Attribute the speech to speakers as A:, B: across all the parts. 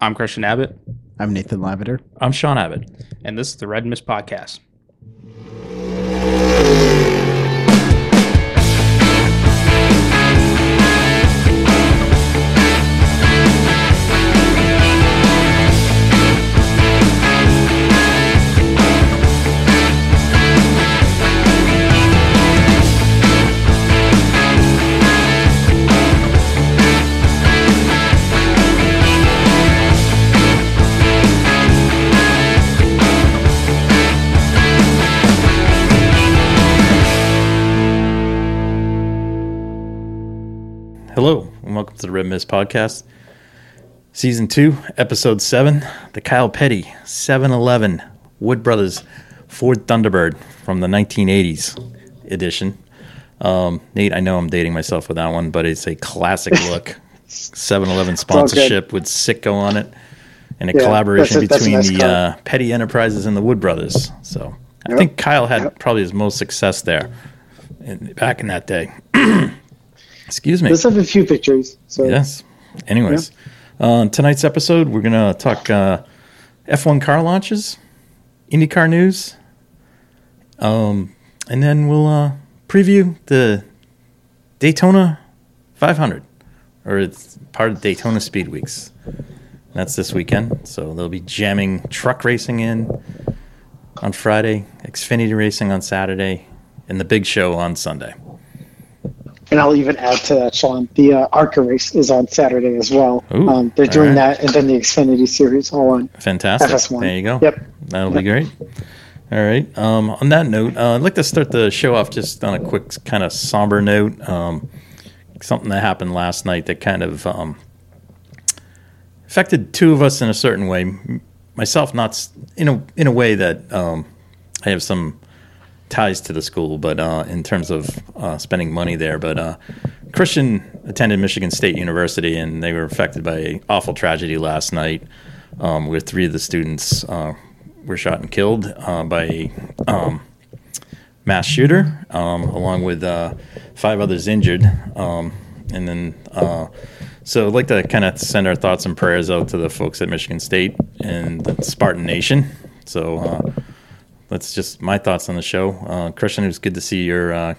A: I'm Christian Abbott.
B: I'm Nathan Lavender.
A: I'm Sean Abbott. And this is the Red Mist Podcast.
C: Hello, and welcome to the Red Mist Podcast, Season 2, Episode 7, the Kyle Petty 7-Eleven Wood Brothers Ford Thunderbird from the 1980s edition. Um, Nate, I know I'm dating myself with that one, but it's a classic look. 7-Eleven
D: all good.
C: sponsorship with Sitco on it, and a
D: Yeah,
C: collaboration
D: that's a- that's a
C: between
D: nice
C: the
D: car.
C: uh, Petty Enterprises and the Wood Brothers. So I
D: Yep,
C: think Kyle had
D: yep.
C: probably his most success there in, back in that day. Excuse me.
D: Let's have a few pictures. So
C: Yes. Anyways, uh, tonight's episode, we're going to talk uh, F1 car launches, IndyCar news, um, and then we'll uh, preview the Daytona 500, or it's part of Daytona Speed Weeks. That's this weekend. So they'll be jamming truck racing in on Friday, Xfinity racing on Saturday, and the big show on Sunday.
D: and I'll even add to that, Sean. The uh, ARCA race is on Saturday as well.
C: Ooh,
D: um, they're
C: all
D: doing
C: right.
D: that, and then the Xfinity series all on.
C: Fantastic.
D: FS1.
C: There you go.
D: Yep.
C: That'll be great. All right. Um, on that note, uh, I'd like to start the show off just on a quick, kind of somber note. Um, something that happened last night that kind of um, affected two of us in a certain way. M- Myself, not s- in a in a way that um, I have some ties to the school, but uh, in terms of uh, spending money there. But uh, Christian attended Michigan State University, and they were affected by an awful tragedy last night, um, where three of the students uh, were shot and killed uh, by a um, mass shooter, um, along with uh, five others injured. Um, and then, uh, so I'd like to kind of send our thoughts and prayers out to the folks at Michigan State and the Spartan Nation. So. Uh, that's just my thoughts on the show. Uh, Christian, it was good to see your uh,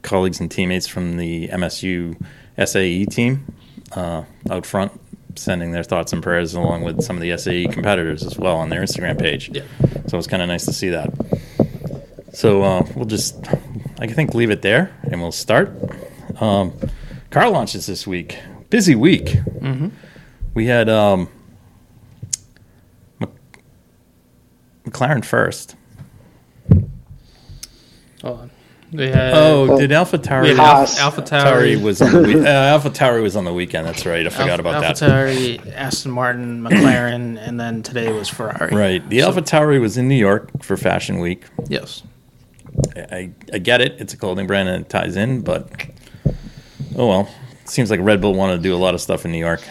C: colleagues and teammates from the MSU SAE E team uh, out front sending their thoughts and prayers along with some of the SAE competitors as well on their Instagram page. Yeah. So it was kind of nice to see that. So uh, we'll just, I think, leave it there and we'll start. Um, car launches this week. Busy week.
A: Mm-hmm.
C: We had um, Mc- McLaren first.
A: Hold on. We had,
C: Oh,
D: Well,
C: did Alpha Tower?
A: we had
D: Haas.
A: Alpha, Alpha
C: Tauri
A: Tower.
C: was on the we- uh, Alpha Tauri was on the weekend. That's right. I forgot about that.
A: Alpha Aston Martin, McLaren, and then today was Ferrari.
C: Right. The
A: So-
C: Alpha Tauri was in New York for Fashion Week.
A: Yes.
C: I, I get it. It's a clothing brand and it ties in, but oh well. Seems like Red Bull wanted to do a lot of stuff in New York.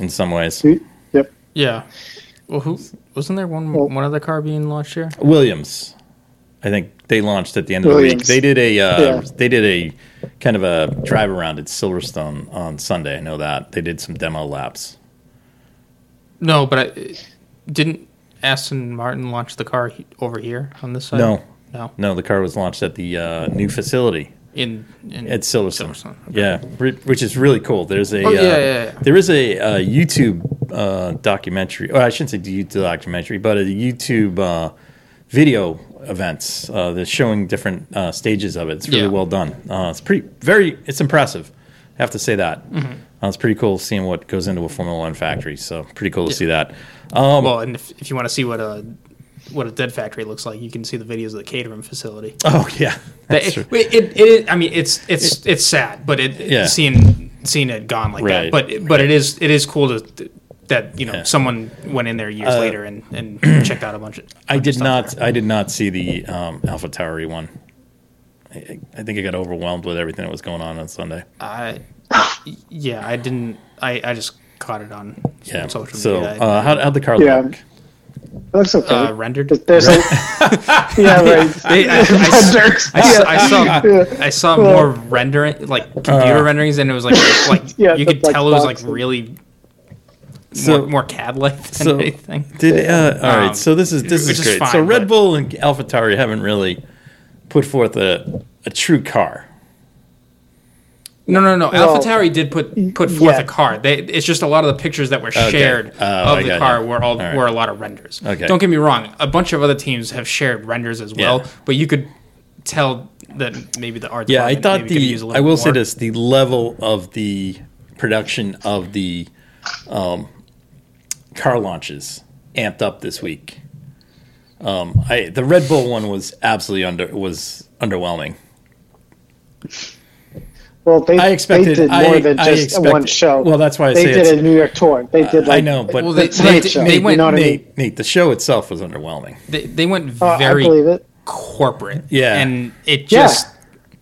C: In some ways,
D: Yep.
A: Yeah. Well, who wasn't there one
D: Well-
A: one other car being launched here?
C: Williams. I think they launched at the end of the week.
D: Williams.
C: They did a uh,
D: Yeah.
C: they did a kind of a drive around at Silverstone on Sunday. I know that they did some demo laps.
A: No, but I, didn't Aston Martin launch the car he- over here on this side?
C: No,
A: No.
C: No, the car was launched at the uh, new facility
A: In, in
C: at Silverstone.
A: Silverstone.
C: Yeah, re- which is really cool. There's a
A: Oh, yeah,
C: uh,
A: yeah, yeah.
C: there is a uh, YouTube uh, documentary. Or I shouldn't say YouTube documentary, but a YouTube uh, video events. Uh, they're showing different uh, stages of it. It's really
A: Yeah.
C: well done. Uh, it's pretty very. It's impressive. I have to say that.
A: Mm-hmm.
C: Uh, it's pretty cool seeing what goes into a Formula One factory. So pretty cool to see that. Um,
A: Well, and if, if you want to see what a what a dead factory looks like, you can see the videos of the catering facility.
C: Oh yeah, that's
A: It, it, it, it, I mean, it's it's it's sad, but it
C: Yeah.
A: seeing seeing it gone like
C: Right.
A: that. But but it is it is cool to that you know
C: Yeah. Uh,
A: someone went in there years later and and checked out a bunch of.
C: I
A: bunch of
C: did
A: stuff
C: not.
A: there.
C: I did not see the um, Alpha Tauri one. I- I, I think I got overwhelmed with everything that was going on on Sunday.
A: I yeah, I didn't. I I just caught it on
C: Yeah. So,
A: social media. I-
C: uh, how how'd the car
D: Yeah.
C: look?
D: It looks okay.
A: uh, rendered.
D: There's a yeah, right.
A: They- I, I s- I s- I
D: Yeah.
A: saw I saw more
C: Uh,
A: rendering like computer renderings and it was like like
D: Yeah,
A: you
D: the
A: could
D: black
A: tell it was like
D: box and-
A: really
C: So-
A: more, more cad like than
C: so
A: anything.
C: Did uh, all right.
A: Um,
C: So this is this
A: which
C: is
A: is
C: great.
A: fine,
C: so Red
A: but-
C: Bull and AlphaTauri haven't really put forth a a true car.
A: No, no, no.
D: Well,
A: AlphaTauri did put put forth
D: yeah.
A: a car. They, it's just a lot of the pictures that were shared
C: Oh, I
A: of the
C: got
A: car
C: you.
A: were all,
C: All right.
A: were a lot of renders.
C: Okay.
A: Don't get me wrong. A bunch of other teams have shared renders as well,
C: Yeah.
A: but you could tell that maybe the art.
C: Yeah, I
A: department
C: thought
A: maybe could
C: the
A: use a little
C: I will say
A: more.
C: this: the level of the production of the um, car launches amped up this week. Um, I the Red Bull one was absolutely under was underwhelming.
D: Well, they,
C: I expected
D: they did
C: I-
D: more than
C: I
D: just
C: expected-
D: one show.
C: Well, that's why I
D: they
C: say
D: did
C: it's- Uh,
D: a New York tour. They did. Like,
C: I know, but
A: Well,
D: they,
A: they-
D: the Tonight
A: they-
D: Show.
A: they
D: you
A: went-
D: know what I mean?
C: Nate, Nate, the show itself was underwhelming.
A: They, they went
D: Uh, I
A: very
D: believe it.
A: corporate.
C: Yeah.
A: and it
D: Yeah.
A: just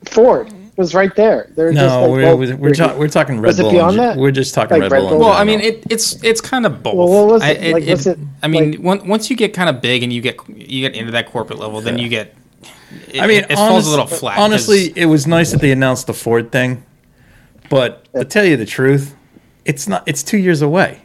D: Ford was right there. They're just
C: No,
D: like,
C: we're
D: well,
C: we're, we're, ta- we're talking Red
D: Was it
C: Bull.
D: beyond
C: in ge-
D: that?
C: We're just talking
D: Like
C: Red,
D: Red
C: Bull. in
D: Bull?
A: Well,
D: don't
A: I mean,
C: general.
A: it, it's it's kind of both.
D: Well, what was it?
A: I, it,
D: Like, was
A: it-
D: it,
A: I mean,
D: like-
A: on- once you get kind of big and you get you get into that corporate level, then you get. It,
C: I mean,
A: it, it falls
C: honest-
A: a little flat. 'cause-
C: Honestly, it was nice that they announced the Ford thing, but to tell you the truth, it's not. It's two years away.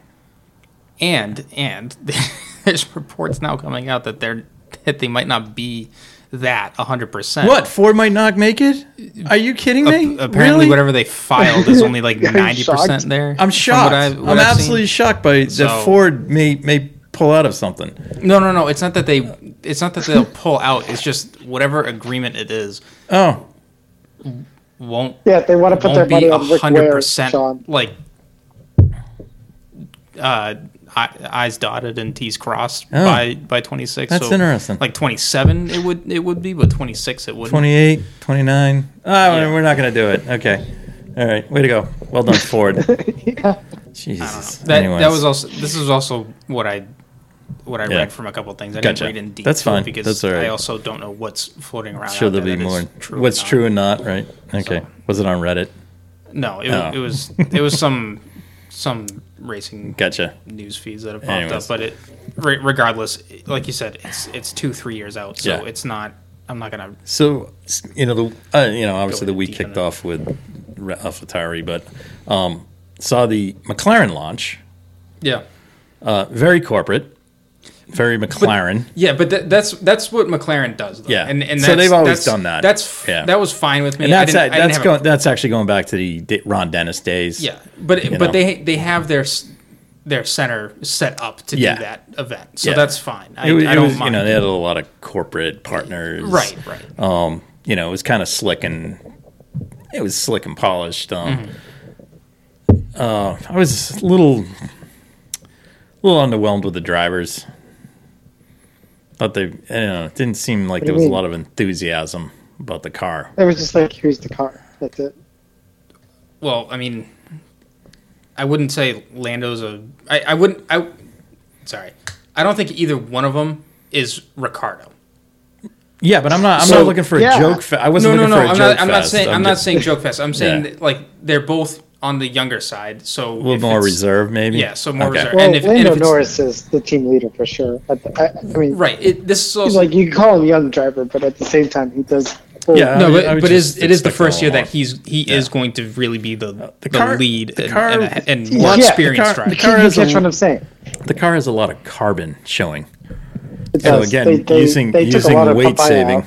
A: and and there's reports now coming out that they're that they might not be that 100. percent
C: What Ford might not make it? Are you kidding me?
A: Apparently,
C: Really?
A: whatever they filed is only like
D: Are you
A: 90 percent
D: shocked?
A: there.
C: I'm
A: from
C: shocked.
A: what I- what
C: I'm
A: I've seen.
C: absolutely shocked by
A: So-
C: that Ford may may pull out of something.
A: no, no, no. It's not that they. It's not that they'll pull out. It's just whatever agreement it is
C: Oh,
A: won't
D: yeah, they want to put their
A: won't be
D: money on Rick Ware,
A: 100%
D: Sean.
A: like uh, I- I's dotted and T's crossed
C: Oh.
A: by by 26.
C: That's
A: so,
C: interesting.
A: Like 27, it would it would be, but 26, it wouldn't.
C: 28, 29. Oh, we're not going to do it. Okay. All right. Way to go. Well done, Ford. Jesus.
A: That that
C: Anyways.
A: was also this is also what I what I
C: Yeah.
A: read from a couple things. I
C: Gotcha.
A: didn't read in detail
C: That's fine.
A: because
C: That's all right.
A: I also don't know what's floating around.
C: sure
A: out
C: there'll be
A: there that
C: more
A: is True or
C: what's
A: not.
C: true and not right okay
A: So-
C: was it on reddit
A: No, it,
C: Oh.
A: it was it was some some racing
C: gotcha
A: news feeds that have popped
C: Anyways.
A: up. But it, re- regardless, like you said, it's it's two three years out, so
C: Yeah.
A: it's not. I'm not gonna.
C: so s- you know the uh, you know obviously the
A: Going
C: week
A: deep
C: kicked
A: in it.
C: off with Re- AlphaTauri, but um, saw the mclaren launch
A: Yeah,
C: uh, very corporate very mclaren
A: yeah, but tha- that's that's what McLaren does. Though.
C: Yeah.
A: and, and
C: So
A: that's-
C: they've always
A: that's-
C: done that.
A: That's f-
C: Yeah.
A: that was fine with me.
C: and that's
A: I didn't, I didn't
C: that's
A: have
C: going that's actually going back to the D- ron dennis days
A: A, yeah, but
C: you
A: but
C: know.
A: they they have their s- their center set up to
C: Yeah.
A: do that event, so
C: Yeah.
A: that's fine. I,
C: it, was-
A: I
C: it
A: don't
C: was,
A: mind.
C: you know they had a lot of corporate partners
A: right, right.
C: um, you know, it was kind of slick and it was slick and polished. Um,
A: Mm-hmm.
C: uh, I was a little, little underwhelmed with the drivers. Thought they, I don't know, it didn't seem like
D: do
C: there
D: you
C: was a
D: mean?
C: lot of enthusiasm about the car.
D: They were just like, here's the car. That's it.
A: well, I mean, I wouldn't say Lando's a. I, I wouldn't. I sorry, I don't think either one of them is Ricardo.
C: Yeah, but I'm not. I'm
A: So-
C: not looking for a
D: yeah.
C: joke. Fe- I
A: No,
C: wasn't
A: no,
C: looking
A: no.
C: for a
A: I'm
C: joke.
A: not. I'm not
C: fest.
A: saying. I'm, not
C: just
A: saying joke fest. I'm saying
C: Yeah.
A: that, like they're both on the younger side. So
C: a little more reserved, maybe.
A: Yeah, so more reserved.
D: Well,
A: And if- and if
D: Lando
A: it's-
D: Norris is the team leader for sure. I, I, I mean,
A: Right. It, this is
D: he's
A: also
D: like you can call him young driver, but at the same time, he does.
C: Yeah. I
A: no,
C: would-
A: but,
C: I would
A: but
C: just
A: is it is the
C: expect them
A: first year
C: all
A: that
C: off.
A: he's he is going to really be the the,
C: car-
A: lead
C: the
A: and,
C: car-
A: and, a- and more
D: Yeah, the
A: experienced
C: car- the
A: driver.
C: car-
D: you
C: is
D: catch
C: a-
D: what I'm saying.
C: The car has a lot of carbon showing.
D: It
C: So
D: does.
C: again,
D: They- they-
C: using
D: they took a
C: using
D: lot of
C: weight
D: papaya
C: saving.
D: out.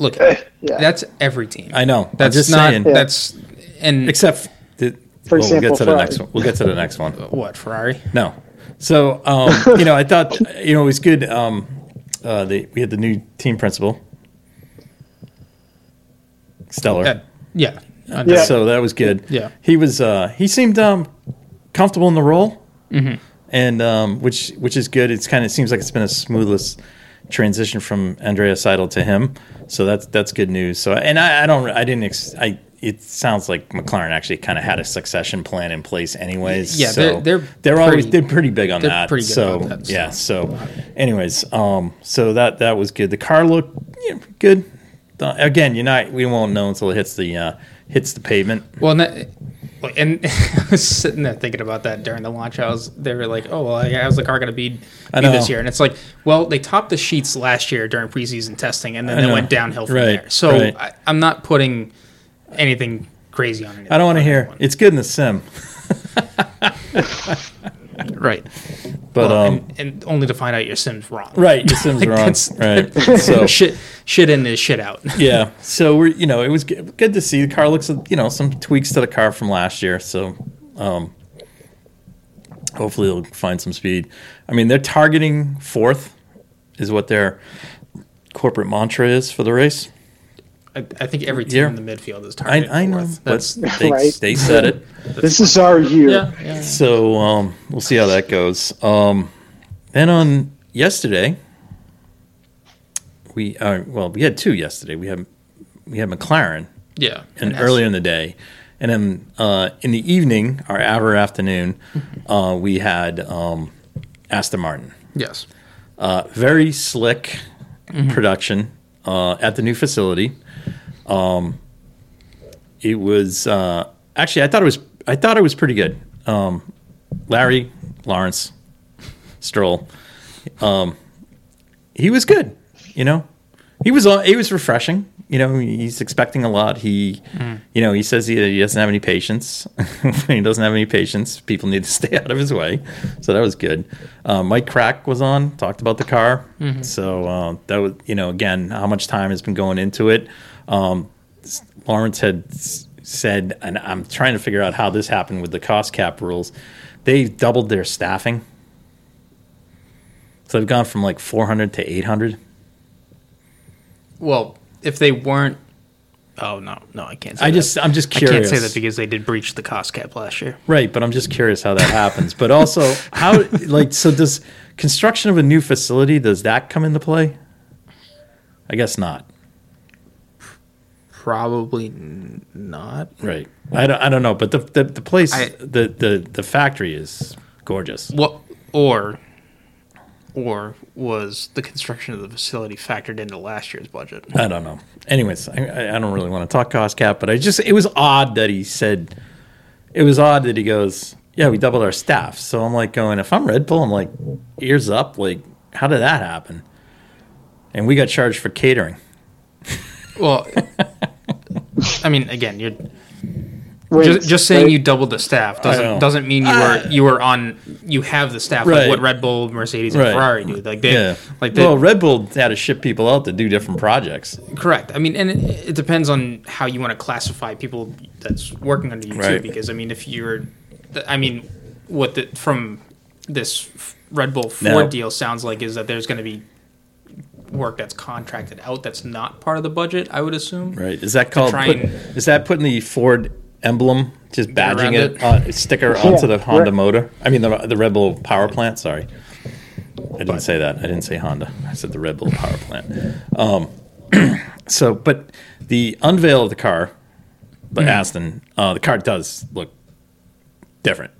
A: Look,
D: Yeah.
A: that's every team.
C: I know. I'm
A: That's
C: just
A: not.
C: saying.
A: That's and
C: Except, the,
D: For
C: well, we'll
D: example,
C: get to the
D: Ferrari.
C: next one. We'll get to the next one.
A: what Ferrari.
C: No, so um, you know, I thought you know it was good. Um, uh, the, we had the new team principal, Stellar.
A: Yeah. Uh, Yeah.
D: Yeah.
C: So that was good.
A: Yeah.
C: he was. Uh, he seemed um, comfortable in the role,
A: Mm-hmm.
C: and um, which which is good. It's kind of seems like it's been a smoothest transition from Andrea Seidel to him. So that's that's good news. So and I, I don't I didn't ex- I. It sounds like McLaren actually kind of had a succession plan in place, anyways.
A: Yeah, they're-
C: so
A: they're
C: they're always
A: pretty-
C: they're pretty big on
A: they're
C: that.
A: pretty good
C: so
A: about that, so.
C: yeah, so anyways, um, so that that was good. The car looked yeah, good. The- again, you're not we won't know until it hits the uh, hits the pavement.
A: Well, and, that, like, and I was sitting there thinking about that during the launch. I was they were like, "Oh, well, like, how's the car going to be, be
C: know.
A: this year?" And it's like, well, they topped the sheets last year during preseason testing, and then
C: I
A: they
C: know.
A: went downhill from
C: Right,
A: there. So
C: right.
A: I, I'm not putting anything crazy on it.
C: I don't want to hear it's good in the sim.
A: Right.
C: But
A: Well,
C: um,
A: and, and only to find out your Sim's wrong.
C: right, your Sims are on.
A: that's-
C: Right, so
A: shit, shit in is shit out.
C: yeah, so we're you know it was good, good to see the car looks you know some tweaks to the car from last year. So um, hopefully they'll find some speed. I mean they're targeting fourth is what their corporate mantra is for the race.
A: I, I think every team
C: Yeah.
A: in the midfield is
C: I,
A: targeted
C: I know,
A: fourth.
C: but
A: That's
C: they,
D: Right.
C: they said it.
D: This is our year.
A: yeah, yeah.
C: So um, we'll see how that goes. Um, then on yesterday, we uh, well we had two yesterday. We had we had McLaren
A: yeah.
C: and
A: that's-
C: earlier in the day, and then uh, in the evening, our hour afternoon, uh, we had um, Aston Martin.
A: Yes.
C: Uh, very slick production uh, at the new facility. Um, it was uh, actually I thought it was I thought it was pretty good. Um, Larry Lawrence Stroll, um, he was good. You know, he was uh, he was refreshing. You know, he's expecting a lot. He, you know, he says he, he doesn't have any patience. when he doesn't have any patience, people need to stay out of his way. So that was good. Uh, Mike Crack was on, talked about the car. So uh, that was, you know, again, how much time has been going into it. Um, s- Lawrence had s- said, and I'm trying to figure out how this happened with the cost cap rules. They doubled their staffing. So they've gone from like 400 to 800.
A: Well, if they weren't. Oh no, no, I can't. Say
C: I
A: that.
C: just, I'm just
A: I
C: curious.
A: can't say that because they did breach the cost cap last year.
C: Right, but I'm just curious how that happens. But also, how like so does construction of a new facility does that come into play? I guess not.
A: Probably n- not.
C: Right. I don't, I don't know, but the the, the place
A: I-
C: the, the the factory is gorgeous.
A: What or or was the construction of the facility factored into last year's budget?
C: I don't know. Anyways, I- I, I don't really want to talk cost cap, but I just it was odd that he said it was odd that he goes, yeah, we doubled our staff. So I'm like going, if I'm Red Bull, I'm like ears up, like how did that happen? And we got charged for catering.
A: Well, I mean, again, you're
D: Wait,
A: just, just saying
D: wait.
A: you doubled the staff
C: know.
A: doesn't doesn't mean you were you were on you have the staff
C: Uh, Right.
A: like what Red Bull, Mercedes, and
C: Right.
A: Ferrari do. Like they
C: Yeah.
A: like they
C: well, Red Bull had to ship people out to do different projects.
A: correct. I mean, and it, it depends on how you want to classify people that's working under you
C: Right.
A: too. Because I mean, if you're, th- I mean, what the from this f- Red Bull Ford
C: Now-
A: deal sounds like is that there's going to be work that's contracted out that's not part of the budget. I would assume.
C: Right. Is that called
A: try
C: put,
A: and-
C: is that putting the Ford emblem just badging
A: around
C: it,
A: it.
C: on sticker onto the
D: right.
C: Honda motor? I mean the the Red Bull power plant, sorry. I didn't say that. I didn't say Honda. I said the Red Bull power plant. Um, so but the unveil of the car,
A: Mm.
C: the Aston, uh, the car does look different.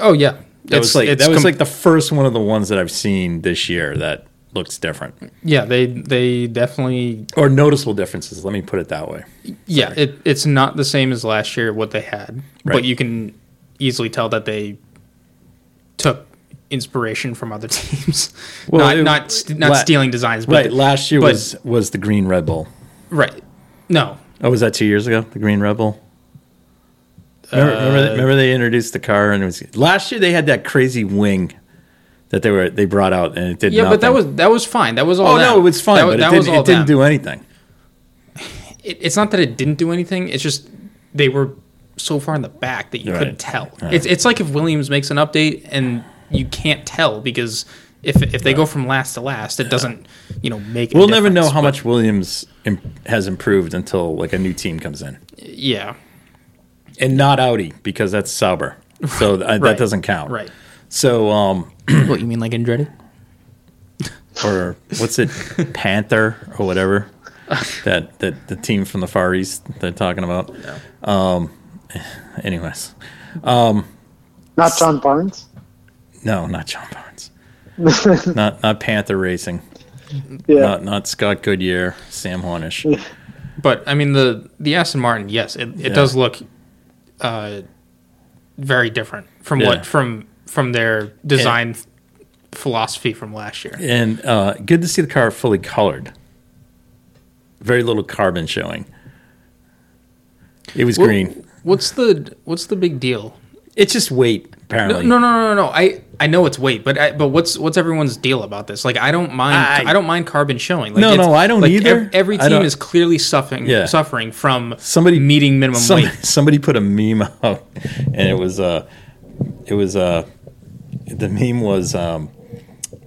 A: Oh yeah.
C: That was like that was like the first one of the ones that I've seen this year that looks different.
A: yeah they they definitely
C: or noticeable differences. Let me put it that way.
A: Yeah, it, it's not the same as last year what they had,
C: Right.
A: but you can easily tell that they took inspiration from other teams.
C: Well,
A: not
C: it-
A: not, st- not
C: la-
A: stealing designs, but
C: Right. Last year
A: but-
C: was was the Green Red Bull.
A: right. No,
C: Oh, was that two years ago? The Green Red Bull. Remember,
A: Uh,
C: remember, they- remember they introduced the car and it was last year they had that crazy wing that they were they brought out and it did.
A: yeah, but that
C: nothing.
A: was that was fine. That was all.
C: oh no,
A: them.
C: it was fun,
A: That, wa-
C: but
A: that
C: it
A: was
C: didn't,
A: all
C: it didn't
A: them.
C: do anything.
A: It, it's not that it didn't do anything. It's just they were so far in the back that you
C: Right.
A: couldn't tell.
C: Right.
A: It's it's like if Williams makes an update and you can't tell because if if they go from last to last, it doesn't you know make.
C: We'll never know how much Williams Im- has improved until like a new team comes in,
A: Yeah.
C: and not Audi because that's Sauber, so th- that
A: Right.
C: doesn't count.
A: Right.
C: So, um,
A: what you mean, like Andretti?
C: or what's it, Panther or whatever that that the team from the Far East they're talking about. Um, anyways,
D: Not John Barnes.
C: no, not John Barnes, not not Panther Racing,
D: Yeah.
C: not not Scott Goodyear, Sam Hornish.
A: But I mean, the the Aston Martin, yes, it, it
C: Yeah.
A: does look uh, very different from
C: Yeah.
A: what from from their design philosophy from last year.
C: And uh, good to see the car fully colored. Very little carbon showing. It was
A: What-
C: green.
A: What's the what's the big deal?
C: It's just weight.
A: No,
C: apparently.
A: no, no, no, no, no. I I know it's weight, but I, but what's what's everyone's deal about this? Like, I don't mind.
C: I-
A: I, don't mind carbon showing. Like,
C: No,
A: it's-
C: no, I don't
A: like,
C: either.
A: ev- every
C: I
A: team
C: don't-
A: is clearly suffering
C: Yeah.
A: suffering from
C: Somebody-
A: meeting minimum
C: Some-
A: weight.
C: somebody put a meme out, and it was uh, it was uh, the meme was um,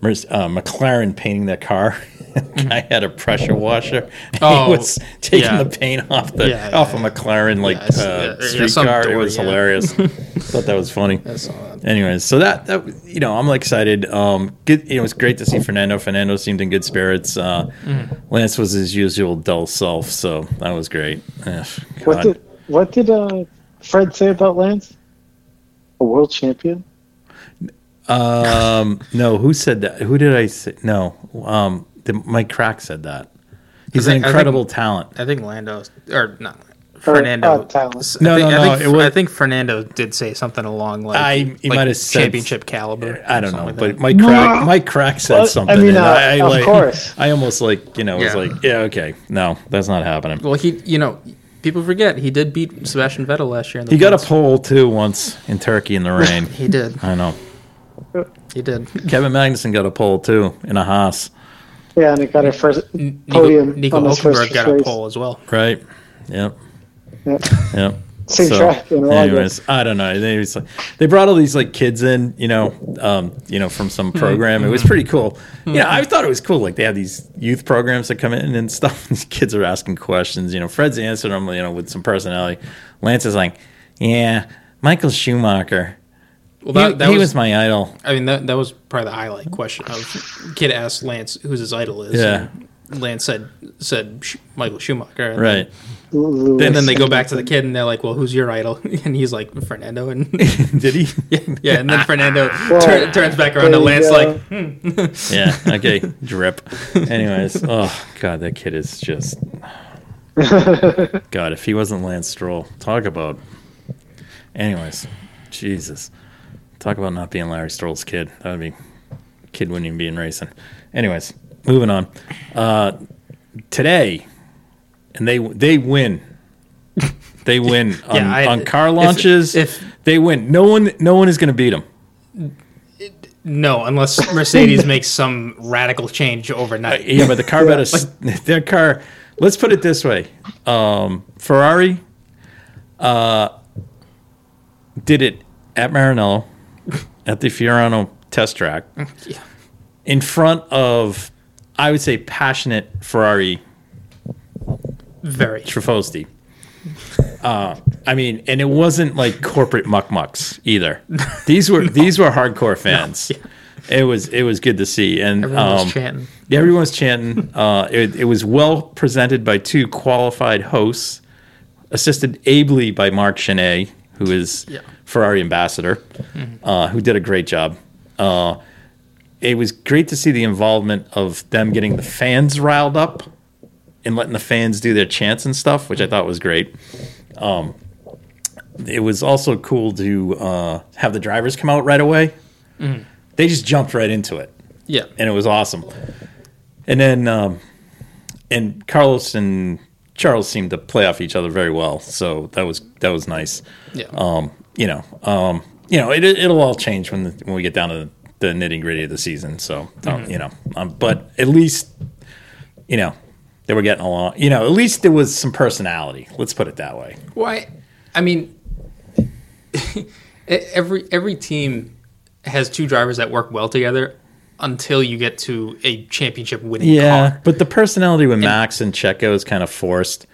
C: Mer- uh, McLaren painting their car. I had a pressure washer.
A: Mm. Oh,
C: he was taking
A: yeah.
C: the paint off the
A: Yeah,
C: off
A: yeah,
C: a McLaren like
A: Yeah, it's-
C: uh,
A: yeah,
C: street
A: some
C: car. It
A: door,
C: was
A: yeah.
C: hilarious. Thought that was funny.
A: saw that.
C: Anyways, so that that you know, I'm like, excited. Um, good, you know, it was great to see Fernando. Fernando seemed in good spirits. Uh,
A: Mm.
C: Lance was his usual dull self, so that was great. Ugh,
D: What
C: God.
D: did what did uh, Fred say about Lance? A world champion?
C: Um, no, who said that? Who did I say? No, um, the, Mike Crack said that. He's
A: I think-
C: an
A: I think-
C: incredible talent.
A: I think Lando or not Fernando.
D: uh, Talent.
A: I
C: No,
A: think,
C: no,
A: I
C: no,
A: think,
C: it was-
A: I think Fernando did say something along like
C: I- he
A: like
C: might have said-
A: championship caliber.
C: I
A: or something
C: don't know,
A: like
C: but
A: that.
C: Mike Crack, Mike Crack said
D: Well, I
C: something.
D: mean,
C: and
D: uh, of
C: like,
D: course.
C: I almost like you know was
A: Yeah.
C: like, yeah, okay, no, that's not happening.
A: well, he you know people forget he did beat Sebastian Vettel last year. In the
C: He got a
A: points.
C: pole too once in Turkey in the rain.
A: He did.
C: I know.
A: He did.
C: Kevin Magnuson got a pole too in a Haas,
D: Yeah, and he got a first
A: Nico,
D: podium
A: Nico
D: on his first
A: Hulkenberg got a
D: race.
A: pole as well.
C: right? Yep,
D: Yep.
C: yep.
D: Same track, you know, I
C: anyways, I don't know. They was like, they brought all these like kids in, you know, um, you know, from some program. It was pretty cool. You know, I thought it was cool. Like they have these youth programs that come in and stuff. these kids are asking questions. You know, Fred's answering them, you know, with some personality. Lance is like, yeah, Michael Schumacher.
A: Well,
C: He, he was, my idol.
A: I mean, that that was probably the highlight question. Of kid asked Lance who's his idol is.
C: Yeah.
A: and Lance said said Sch- Michael Schumacher. And
C: Right.
D: Lewis.
A: Then, and then they go back to the kid and they're like, "Well, who's your idol?" And he's like, "Fernando." And
C: Did he?
A: yeah, and then Fernando tur- turns back around to
D: There you
A: Lance
D: go.
A: like, "Hmm."
C: Yeah. Okay. Drip. Anyways, oh god, that kid is just. God, if he wasn't Lance Stroll, talk about. Anyways, Jesus, talk about not being Larry Stroll's kid. That would be, kid wouldn't even be in racing. Anyways, moving on. Uh, today, and they they win. They win on,
A: Yeah, I-
C: on car
A: if-
C: launches.
A: if-
C: they win, no one no one is going to beat them.
A: "No, unless Mercedes makes some radical change overnight."
C: Uh, Yeah, but the car better s their car. Let's put it this way: um, Ferrari uh, did it at Maranello, at the Fiorano test track,
A: Yeah.
C: in front of, I would say, passionate Ferrari
A: Very.
C: Trafosti. Uh, I mean, and it wasn't like corporate muck mucks either. These were these were hardcore fans. It was it was good to see, and
A: Everyone
C: um,
A: was chanting.
C: yeah, everyone was chanting. Uh, it, it was well presented by two qualified hosts, assisted ably by Mark Chenet, who is
A: Yeah.
C: Ferrari ambassador, uh, who did a great job. Uh, it was great to see the involvement of them getting the fans riled up and letting the fans do their chants and stuff, which I thought was great. Um, it was also cool to uh, have the drivers come out right away. They just jumped right into it
A: Yeah.
C: and it was awesome. And then, um, and Carlos and Charles seemed to play off each other very well, so that was that was nice.
A: Yeah.
C: Um, you know, um, you know, it, it'll all change when the, when we get down to the nitty gritty of the season. So, um, you know, um, but at least, you know, they were getting along. You know, at least there was some personality. Let's put it that way.
A: Why? I mean, e- every every team has two drivers that work well together until you get to a championship winning car.
C: but the personality with Max and Checo is kind of forced.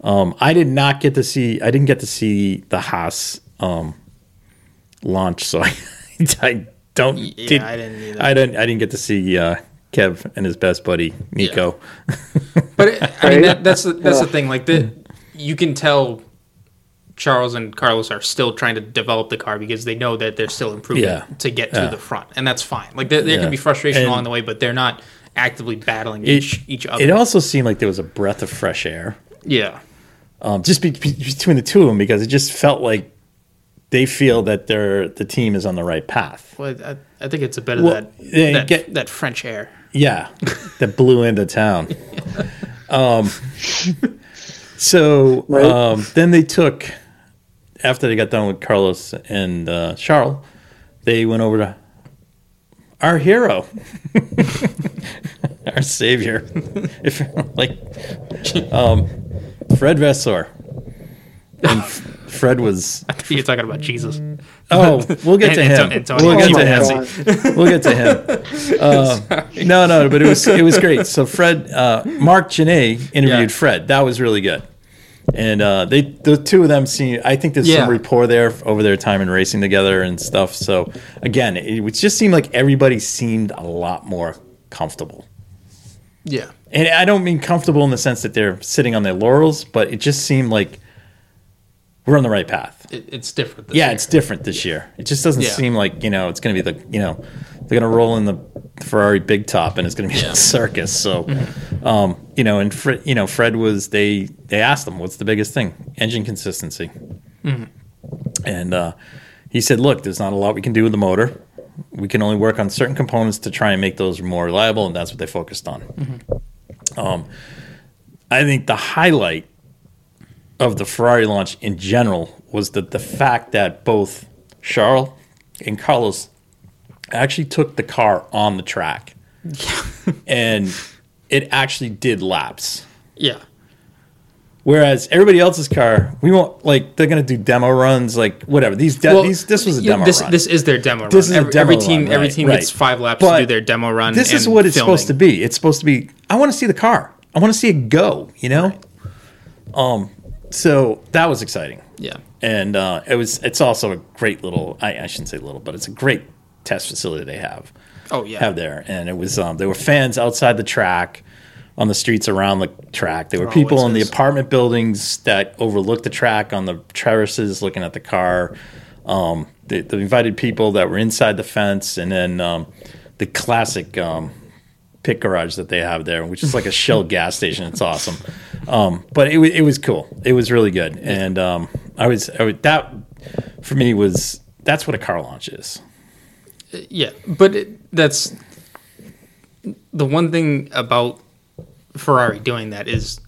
C: Um, I did not get to see. I didn't get to see the Haas um, launch, so I, I don't.
A: Yeah, I didn't either.
C: I didn't. I didn't get to see uh, Kev and his best buddy Nico.
A: But it, I mean,
D: Right?
A: that, that's the, that's the
D: Yeah.
A: thing. Like the, you can tell Charles and Carlos are still trying to develop the car because they know that they're still improving
C: Yeah.
A: to get to
C: Yeah.
A: the front, and that's fine. Like there, there
C: Yeah.
A: can be frustration
C: And-
A: along the way, but they're not actively battling each each other.
C: It also seemed like there was a breath of fresh air
A: yeah,
C: um, just be, be- between the two of them because it just felt like they feel that their the team is on the right path.
A: well, I, I think it's a bit of
C: Well,
A: that
C: they
A: that,
C: get-
A: that French air.
C: Yeah, that blew into town. Um, so
D: Right.
C: um, then they took after they got done with Carlos and uh, Charles, they went over to our hero, our savior, if like um, Fred Vessor. And Fred was
A: You're talking about Jesus.
C: oh, we'll get to
A: And
C: him.
A: Anto- Antonio
C: we'll get
D: Oh
C: to
D: my
C: him.
D: God.
C: We'll get to him. Uh, no, no, but it was it was great. So Fred, uh, Mark Janae interviewed
A: Yeah.
C: Fred. That was really good. And uh, they the two of them seem. I think there's
A: Yeah.
C: some rapport there f- over their time in racing together and stuff. So again, it would just seem like everybody seemed a lot more comfortable.
A: Yeah.
C: And I don't mean comfortable in the sense that they're sitting on their laurels, but it just seemed like we're on the right path.
A: It, it's different. This
C: Yeah,
A: year.
C: it's different this year. It just doesn't
A: Yeah.
C: seem like you know it's going to be the you know they're going to roll in the Ferrari big top and it's going to be a circus. So,
A: Mm-hmm.
C: um, you know, and Fred, you know, Fred was they they asked him what's the biggest thing? Engine consistency,
A: Mm-hmm.
C: and uh, he said, look, there's not a lot we can do with the motor. We can only work on certain components to try and make those more reliable, and that's what they focused on.
A: Mm-hmm.
C: Um, I think the highlight of the Ferrari launch in general was that the fact that both Charles and Carlos actually took the car on the track and it actually did laps.
A: Yeah.
C: Whereas everybody else's car, we won't like they're gonna do demo runs, like whatever. These, de- these this was a
A: yeah,
C: demo
A: this,
C: run.
A: This is their demo
C: This
A: run.
C: is a
A: every,
C: demo
A: every team,
C: run,
A: every
C: right,
A: team gets
C: right.
A: five laps
C: But
A: to do their demo run.
C: this is
A: and
C: what it's
A: filming.
C: supposed to be. It's supposed to be. I want to see the car. I want to see it go. You know. Um. So that was exciting.
A: Yeah.
C: And uh, it was. It's also a great little. I, I shouldn't say little, but it's a great test facility they have.
A: Oh, yeah.
C: Have there, and it was. Um, there were fans outside the track. On the streets around the track, there were
A: always
C: people in the
A: is.
C: apartment buildings that overlooked the track on the terraces, looking at the car. Um, they, they invited people that were inside the fence, and then um, the classic um, pit garage that they have there, which is like a shell gas station. It's awesome. Um, but it, wa- it was cool. It was really good. And um, I was, I was that for me was that's what a car launch is.
A: Yeah, but it, that's the one thing about Ferrari doing that is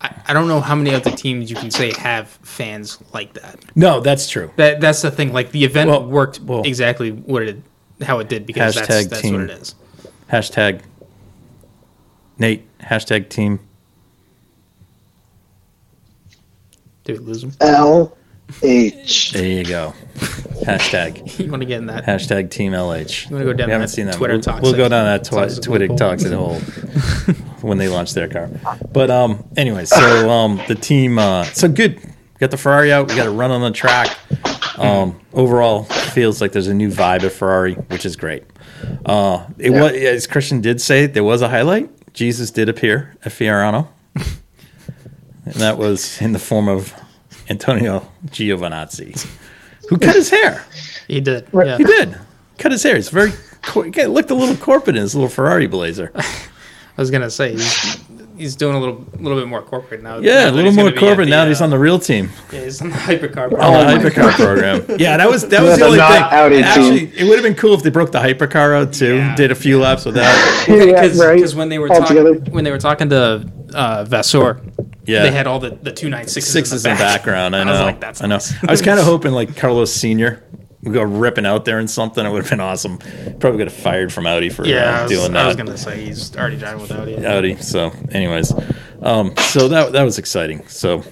A: I, I don't know how many other teams you can say have fans like that.
C: No, that's true.
A: That that's the thing. Like the event
C: Well,
A: worked
C: well.
A: exactly what it how it did because that's
C: Hashtag
A: that's
C: team.
A: what it is.
C: Hashtag Nate. Hashtag team.
A: Did we lose him?
D: L H.
C: There you go. Hashtag.
A: You want to get in that?
C: Hashtag Team LH.
A: wanna go down
C: we haven't
A: that
C: seen that.
A: Twitter
C: we'll,
A: toxic-
C: We'll go down that twi-
A: toxic
C: Twitter
A: loophole.
C: toxic hole when they launch their car. But um, anyway, so um, the team. Uh, so good. We got the Ferrari out. We got a run on the track. Um, overall, feels like there's a new vibe at Ferrari, which is great. Uh, it
D: Yeah.
C: was as Christian did say, there was a highlight. Jesus did appear at Fiorano, and that was in the form of Antonio Giovinazzi, who cut his hair.
A: He did.
D: Right.
A: Yeah.
C: He did. Cut his hair. He's very. Cor- he looked a little corporate in his little Ferrari blazer.
A: I was gonna say he's, he's doing a little little bit more corporate now. now
C: Yeah, a
A: that
C: little
A: he's
C: more
A: gonna be at
C: corporate now.
A: uh, Oh,
C: that he's on the Oh, real team,
A: yeah, he's on the hypercar.
C: on
A: program.
C: the hypercar program. Yeah, that was that was the
D: The
C: only thing.
D: not outed
C: And Actually, it would have been cool if they broke the hypercar out too.
A: Yeah.
C: Did a few laps with that.
A: because
D: Yeah, right.
A: when they were
D: All
A: talking
D: together.
A: when they were talking to uh, Vassor,
C: Yeah.
A: they had all the the two nine sixes
C: Sixes in the background. I know.
A: was like, that's
C: I know.
A: nice.
C: I was kind of hoping like Carlos Senior would go ripping out there in something. It would have been awesome. Probably got fired from Audi for
A: Yeah,
C: uh,
A: I was,
C: doing that.
A: I was gonna say he's already driving without it.
C: Audi. So, anyways, um, so that that was exciting. So,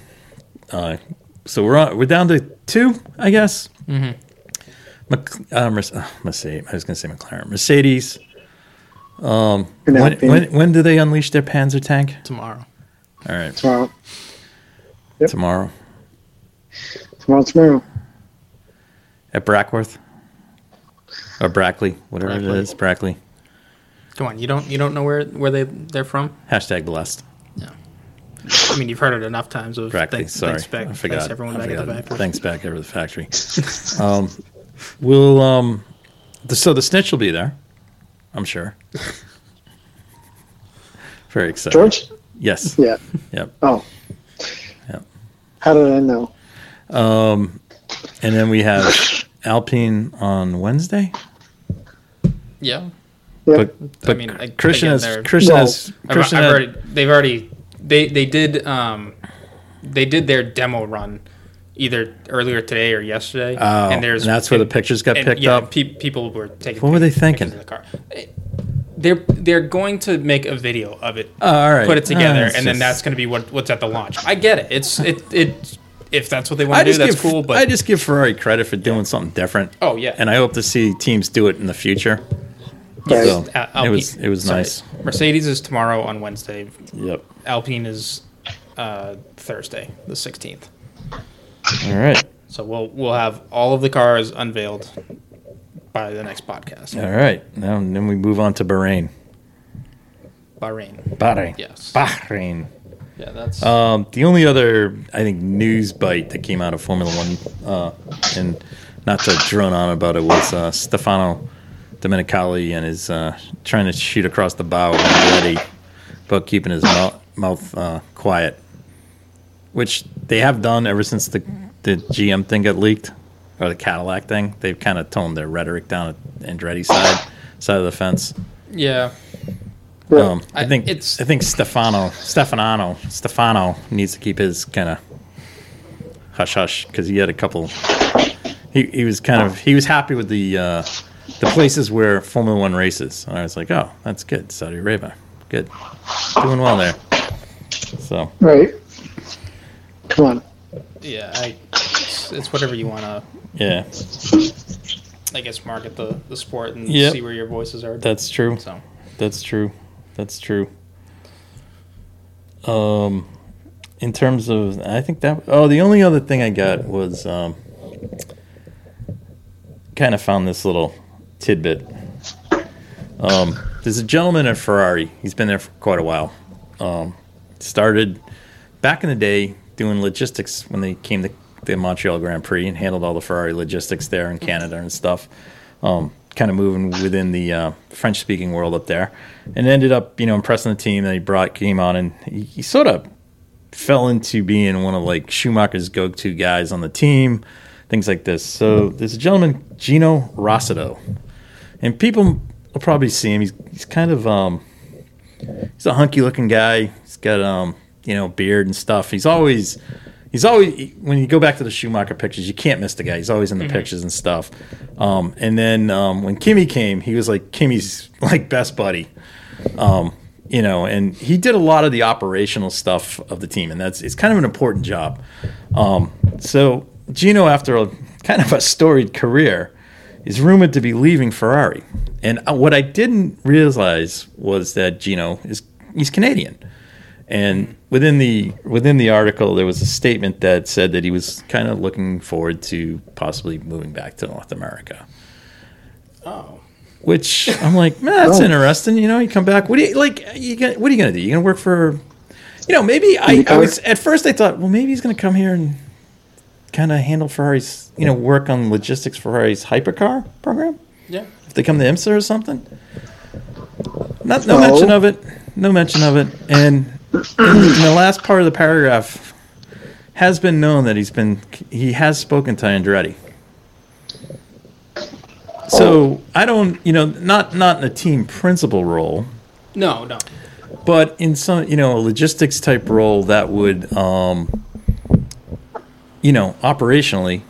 C: uh, so we're on, we're down to two, I guess. Mm-hmm. Mc, uh, Merce- uh, Mercedes. I was going to say McLaren. Mercedes. When, when when do they unleash their Panzer tank?
A: Tomorrow,
C: All right,
D: Tomorrow.
C: tomorrow
D: Tomorrow. Tomorrow.
C: at Brackworth or Brackley, whatever it
A: Brackley.
C: is. Brackley.
A: come on, you don't you don't know where where they they're from?
C: Hashtag blessed.
A: No, I mean you've heard it enough times. Of
C: Brackley.
A: thanks,
C: Sorry,
A: thanks back,
C: I forgot.
A: thanks everyone
C: I
A: back at the
C: forgot.
A: back.
C: Thanks back over the factory. um, we'll um, the, so the snitch will be there. I'm sure. Very excited.
D: George.
C: Yes.
D: Yeah.
C: Yep.
D: Oh.
C: Yep.
D: How did I know?
C: And then we have Alpine on Wednesday.
A: Yeah,
D: Yep.
C: But, but
A: mean, like,
C: Christian
A: again,
C: has
A: they're-
C: Christian
D: Well-
C: has
A: I've, I've
C: Christian had-
A: already they've already they they did um they did their demo run either earlier today or yesterday.
C: Oh, and that's where the pictures got picked up?
A: Pe- people were taking.
C: What were they
A: pic- pictures
C: thinking?
A: of the car. They're they're going to make a video of it,
C: Oh, all right.
A: put it together,
C: Oh,
A: and
C: it's
A: then
C: just-
A: that's going to be what what's at the launch. I get it. It's it it if that's what they want to
C: I
A: do,
C: just
A: that's
C: give
A: cool. But
C: I just give Ferrari credit for doing something different.
A: Oh, yeah.
C: and I hope to see teams do it in the future.
D: Right.
C: So
A: Uh,
C: it
A: Alpine-
C: was it was
A: sorry.
C: nice.
A: Mercedes is tomorrow on Wednesday.
C: Yep.
A: Alpine is uh, Thursday, the sixteenth.
C: All right.
A: So we'll we'll have all of the cars unveiled by the next podcast.
C: All right. Now then we move on to Bahrain.
A: Bahrain.
C: Bahrain.
A: Yes.
C: Bahrain.
A: Yeah, that's
C: Um, the only other, I think, news bite that came out of Formula One, uh, and not to drone on about it, was uh, Stefano Domenicali and his uh, trying to shoot across the bow with Andretti, but keeping his mouth, mouth uh, quiet, which they have done ever since the the GM thing got leaked or the Cadillac thing. They've kind of toned their rhetoric down at Andretti's side side of the fence.
A: yeah.
D: Right.
C: Um, I
A: I-
C: think
A: it's-
C: I think Stefano Stefano Stefano needs to keep his kind of hush hush because he had a couple. He, he was kind of he was happy with the uh, the places where Formula One races. And I was like, oh, that's good, Saudi Arabia, good, doing well there. So
D: Right. Come on.
A: Yeah, I it's, it's whatever you wanna
C: yeah,
A: I guess market the, the sport and
C: Yep.
A: see where your voices are.
C: that's true.
A: so
C: That's true. That's true. Um, in terms of, I think that. Oh, the only other thing I got was um, kind of found this little tidbit. Um, there's a gentleman at Ferrari. He's been there for quite a while. Um, started back in the day doing logistics when they came to the Montreal Grand Prix and handled all the Ferrari logistics there in Canada and stuff. Um, kind of moving within the uh, French-speaking world up there, and ended up you know impressing the team that he brought came on and he, he sort of fell into being one of like Schumacher's go-to guys on the team, things like this. So there's a gentleman, Gino Rosado, and people will probably see him. He's he's kind of um, he's a hunky-looking guy. He's got um, you know, beard and stuff. He's always he's always when you go back to the Schumacher pictures, you can't miss the guy. He's always in the pictures and stuff. Um, and then um, when Kimmy came, he was like Kimmy's like best buddy you know, and he did a lot of the operational stuff of the team, and that's it's kind of an important job. Um, so Gino, after a kind of a storied career, is rumored to be leaving Ferrari. And uh, what I didn't realize was that Gino is he's Canadian, and within the within the article there was a statement that said that he was kind of looking forward to possibly moving back to North America
A: Oh.
C: which I'm like, man, that's
D: Oh.
C: interesting. You know, you come back. What do you like? You gonna, what are you gonna do? You gonna work for? You know, maybe I, I was at first I thought, well, maybe he's gonna come here and kind of handle Ferrari's, you know, work on logistics for Ferrari's hypercar program
A: Yeah.
C: if they come to IMSA or something. Not no
D: No.
C: mention of it. No mention of it. And in the last part of the paragraph, has been known that he's been he has spoken to Andretti. So I don't, you know, not not in a team principal role,
A: No, no.
C: but in some, you know, a logistics type role that would, um, you know, operationally,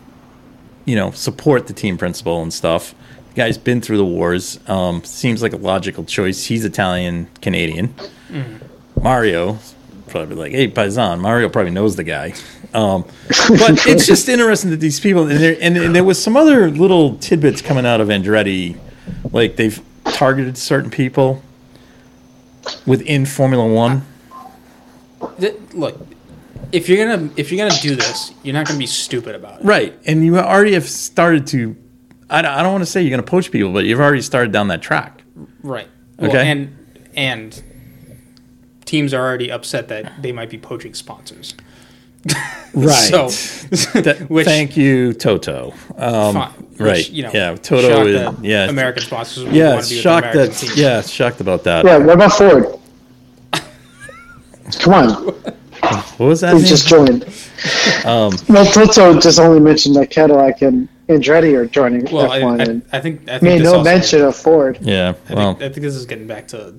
C: you know, support the team principal and stuff. The guy's been through the wars. Um, seems like a logical choice. He's Italian Canadian. Mario probably like, hey, Paisan. Mario probably knows the guy. Um, but it's just interesting that these people and there and, and there was some other little tidbits coming out of Andretti, like they've targeted certain people within Formula One.
A: Th- look, if you're gonna if you're gonna do this, you're not gonna be stupid about it.
C: Right. And you already have started to, I, don't- I don't want to say you're going to poach people, but you've already started down that track.
A: Right.
C: Okay.
A: and and teams are already upset that they might be poaching sponsors. So
C: That-
A: which
C: thank you, Toto. Um,
A: fine, which,
C: right.
A: you know,
C: Yeah, Toto is-
A: that
C: yeah.
A: American sponsors would
C: yeah,
A: want to be with
C: shocked
A: American
C: that.
A: teams.
C: Yeah, shocked about that.
D: Yeah, what about Ford? Come on.
C: What was that?
D: He
C: name?
D: just joined.
C: um,
D: Well, Toto just only mentioned that Cadillac and Andretti are joining
A: Well, I,
D: F1
A: I,
D: and
A: I think I think
D: made
A: this
D: no
A: also-
D: mention of Ford.
C: yeah.
A: I
C: Well,
A: think, I think this is getting back to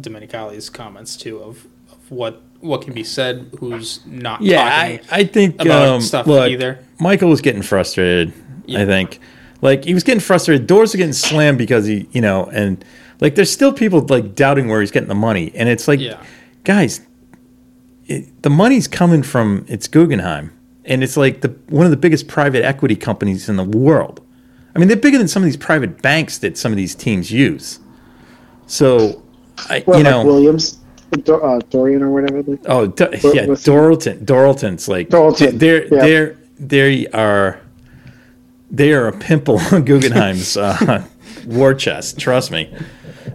A: Domenicali's comments too of, of what what can be said, who's not
C: Yeah, I,
A: talking
C: I think
A: about
C: um,
A: stuff
C: look,
A: either.
C: Michael was getting frustrated. I think, like he was getting frustrated. Doors are getting slammed because he, you know, and like there's still people like doubting where he's getting the money, and it's like,
A: Yeah.
C: guys, it, the money's coming from it's Guggenheim, and it's like the one of the biggest private equity companies in the world. I mean, they're bigger than some of these private banks that some of these teams use. So, I,
D: Well,
C: you
D: like
C: know,
D: Williams, Dor- uh, Dorian or whatever. they-
C: Oh, Do-
D: What-
C: yeah,
D: what's the-
C: Doralton. Doralton's like
D: Doralton,
C: They're
D: yeah.
C: they're they are they are a pimple on Guggenheim's uh, war chest. Trust me.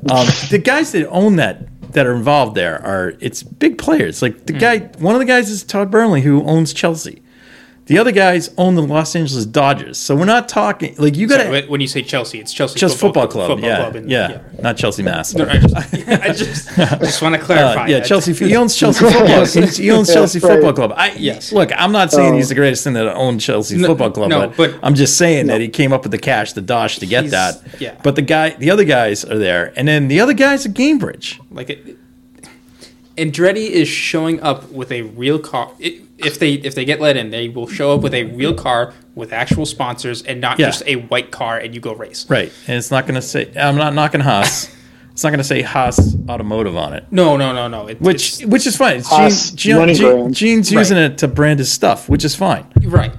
C: Um, the guys that own that that are involved there are it's big players. Like
D: Hmm.
C: the guy, one of the guys is Todd Burnley who owns Chelsea. The other guys own the Los Angeles Dodgers. So we're not talking like you got
A: Sorry,
C: to
A: when- when you say Chelsea, it's Chelsea
C: just football, club.
A: Football
C: yeah,
A: club and-
C: yeah, not Chelsea Mass.
A: No, I just, I just, just want to clarify.
C: Uh, yeah,
A: that.
C: Chelsea. He owns Chelsea football.
D: Yes.
C: He- He owns
D: Yeah,
C: Chelsea
D: right.
C: football club. I,
A: Yes.
C: Look, I'm not saying
D: Oh.
C: he's the greatest thing that owned Chelsea
A: No,
C: football club,
A: no,
C: but,
A: but-
C: I'm just saying that he came up with the cash, the dosh to get
A: He's-
C: that.
A: yeah.
C: But the guy, the other guys are there, and then the other guys at Cambridge.
A: Like it, Andretti is showing up with a real car. i if they if they get let in, they will show up with a real car with actual sponsors and not
C: Yeah.
A: just a white car and you go race.
C: Right, and it's not going to say. I'm not knocking Haas. it's not going to say Haas Automotive on it.
A: No, no, no, no. It,
C: Which, which is fine. It's
D: Haas,
C: Gene, Gene,
D: money
C: Gene,
D: brand.
C: Gene's using
A: Right.
C: it to brand his stuff, which is fine.
A: it's, right,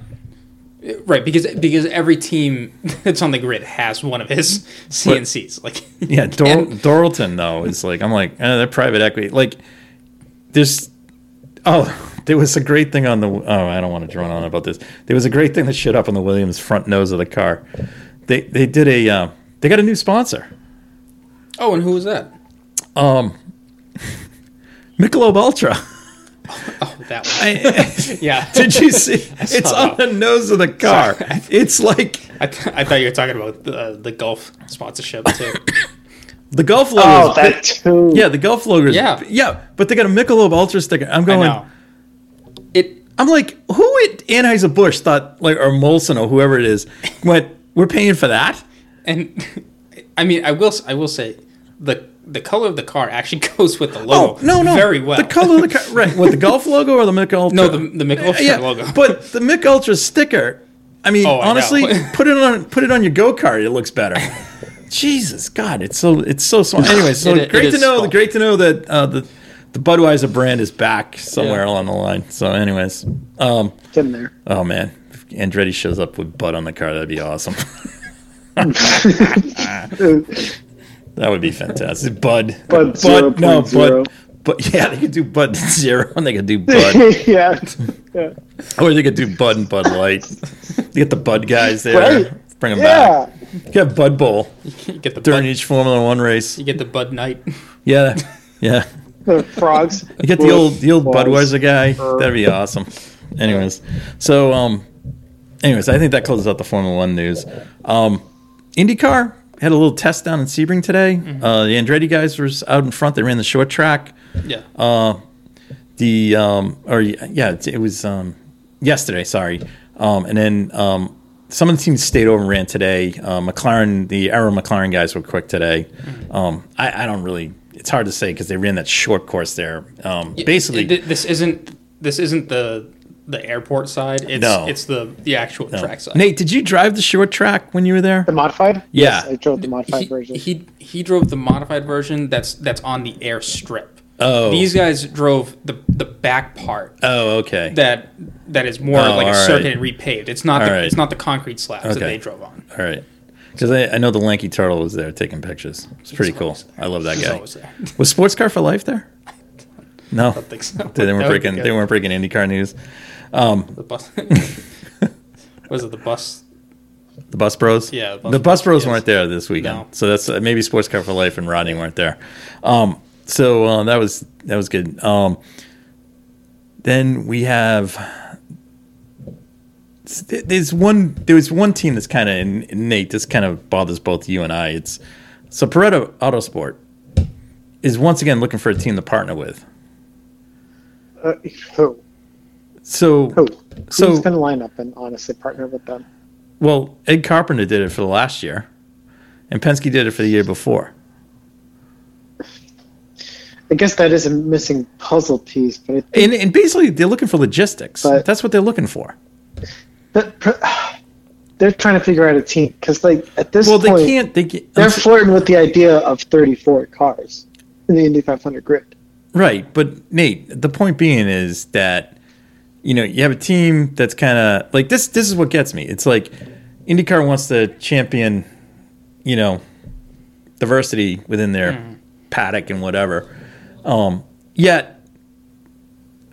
A: right because because every team that's on the grid has one of his CNCs. Like
C: Yeah, Dor-
A: And-
C: Doralton though is like I'm like eh, they're private equity. Like there's oh there was a great thing on the oh I don't want to drone on about this. There was a great thing that showed up on the Williams front nose of the car. They they did a uh, they got a new sponsor. Um,
A: oh, and who was that?
C: Michelob Ultra.
A: Oh, that one.
C: I-
A: yeah.
C: did you see? It's
A: saw
C: on the nose of the car. It's like
A: I, th- I thought you were talking about the, uh, the golf sponsorship too.
C: the Gulf logo.
D: Oh,
C: is big.
D: that too.
C: yeah, the Gulf logo. is-
A: Yeah.
C: yeah, but they got a Michelob Ultra sticker. I'm
A: I
C: going.
A: know. It
C: I'm like, who at Anheuser Busch thought, like, or Molson or whoever it is, went, we're paying for that?
A: and I mean, I will s- I will say the the color of the car actually goes with the
C: Oh,
A: logo.
C: no, no,
A: very well.
C: The color of the car, right? What the Gulf logo or the Mick Ultra?
A: No, the the Michelob
C: yeah,
A: logo.
C: but the Mick Ultra sticker. I mean,
A: Oh, I know.
C: honestly, put it on, put it on your go kart. It looks better. Jesus God, it's so, it's so small. Anyway, so
A: It i- it
C: great to
A: is
C: know,
A: small.
C: great to know that uh, the the Budweiser brand is back somewhere
A: Yeah.
C: along the line. So, anyways, um,
D: It's in there.
C: oh man, if Andretti shows up with Bud on the car, that'd be awesome. That would be fantastic. Bud.
D: Bud
C: no,
D: 0.0.
C: Bud. But yeah, they could do Bud Zero and they could do Bud.
D: yeah. yeah.
C: or they could do Bud and Bud Light. You get the Bud guys there.
D: Right.
C: Bring them
D: Yeah.
C: back. You Get Bud Bowl
A: you get the
C: during
A: Bud,
C: each Formula One race.
A: you get the Bud Knight.
C: Yeah. Yeah.
D: The frogs.
C: You get the old the old Budweiser guy. That'd be awesome. Anyways. So um anyways, I think that closes out the Formula One news. Um IndyCar had a little test down in Sebring today. Uh, the Andretti guys were out in front. They ran the short track.
A: Yeah.
C: Uh, the um or yeah it, it was um yesterday sorry um and then um some of the teams stayed over and ran today uh, mclaren the arrow mclaren guys were quick today um I, I don't really it's hard to say because they ran that short course there um basically
A: Th- this isn't this isn't the the airport side. It's
C: No.
A: it's the the actual track side.
C: nate did you drive the short track when you were there
D: The modified?
C: Yeah.
D: Yes, I drove the modified
A: he,
D: version.
A: he he drove the modified version that's that's on the airstrip.
C: Oh.
A: These guys drove the the back part
C: oh okay
A: that that is more
C: Oh,
A: like a
C: all right.
A: circuit and repaved. It's not the,
C: All right.
A: it's not the concrete slabs that
C: Okay.
A: they drove on.
C: all right because I, I know the lanky turtle was there taking pictures it's pretty cool
A: always there.
C: i love that
A: He's
C: guy
A: always there.
C: was sports car for life there no
A: think so.
C: they, they
A: That
C: weren't
A: would be
C: breaking
A: good.
C: they weren't breaking indycar news Um,
A: The bus was it the bus?
C: The Bus Bros.
A: Yeah,
C: the
A: the
C: Bus,
A: Bus
C: Bros
A: Bros, yes.
C: weren't there this weekend,
A: No.
C: so that's uh, maybe Sports Car for Life and Rodney weren't there. Um, so uh, that was that was good. Um, then we have there's one there was one team that's kind of Nate. This kind of bothers both you and I. It's so Pareto Autosport is once again looking for a team to partner with.
D: uh, who?
C: So
D: Who?
C: So-
D: Who's going to line up and honestly partner with them?
C: well, Ed Carpenter did it for the last year, and Penske did it for the year before.
D: I guess that is a missing puzzle piece, but I think
C: And, and basically, they're looking for logistics.
D: But-
C: That's what they're looking for.
D: that pr- they're trying to figure out a team because, like, at this
C: Well, they
D: point,
C: can't. They can't,
D: they're flirting with the idea of 34 cars in the Indy 500 grid.
C: Right, but Nate, the point being is that you know you have a team that's kind of like this. This is what gets me. It's like IndyCar wants to champion, you know, diversity within their paddock and whatever. Um, yet,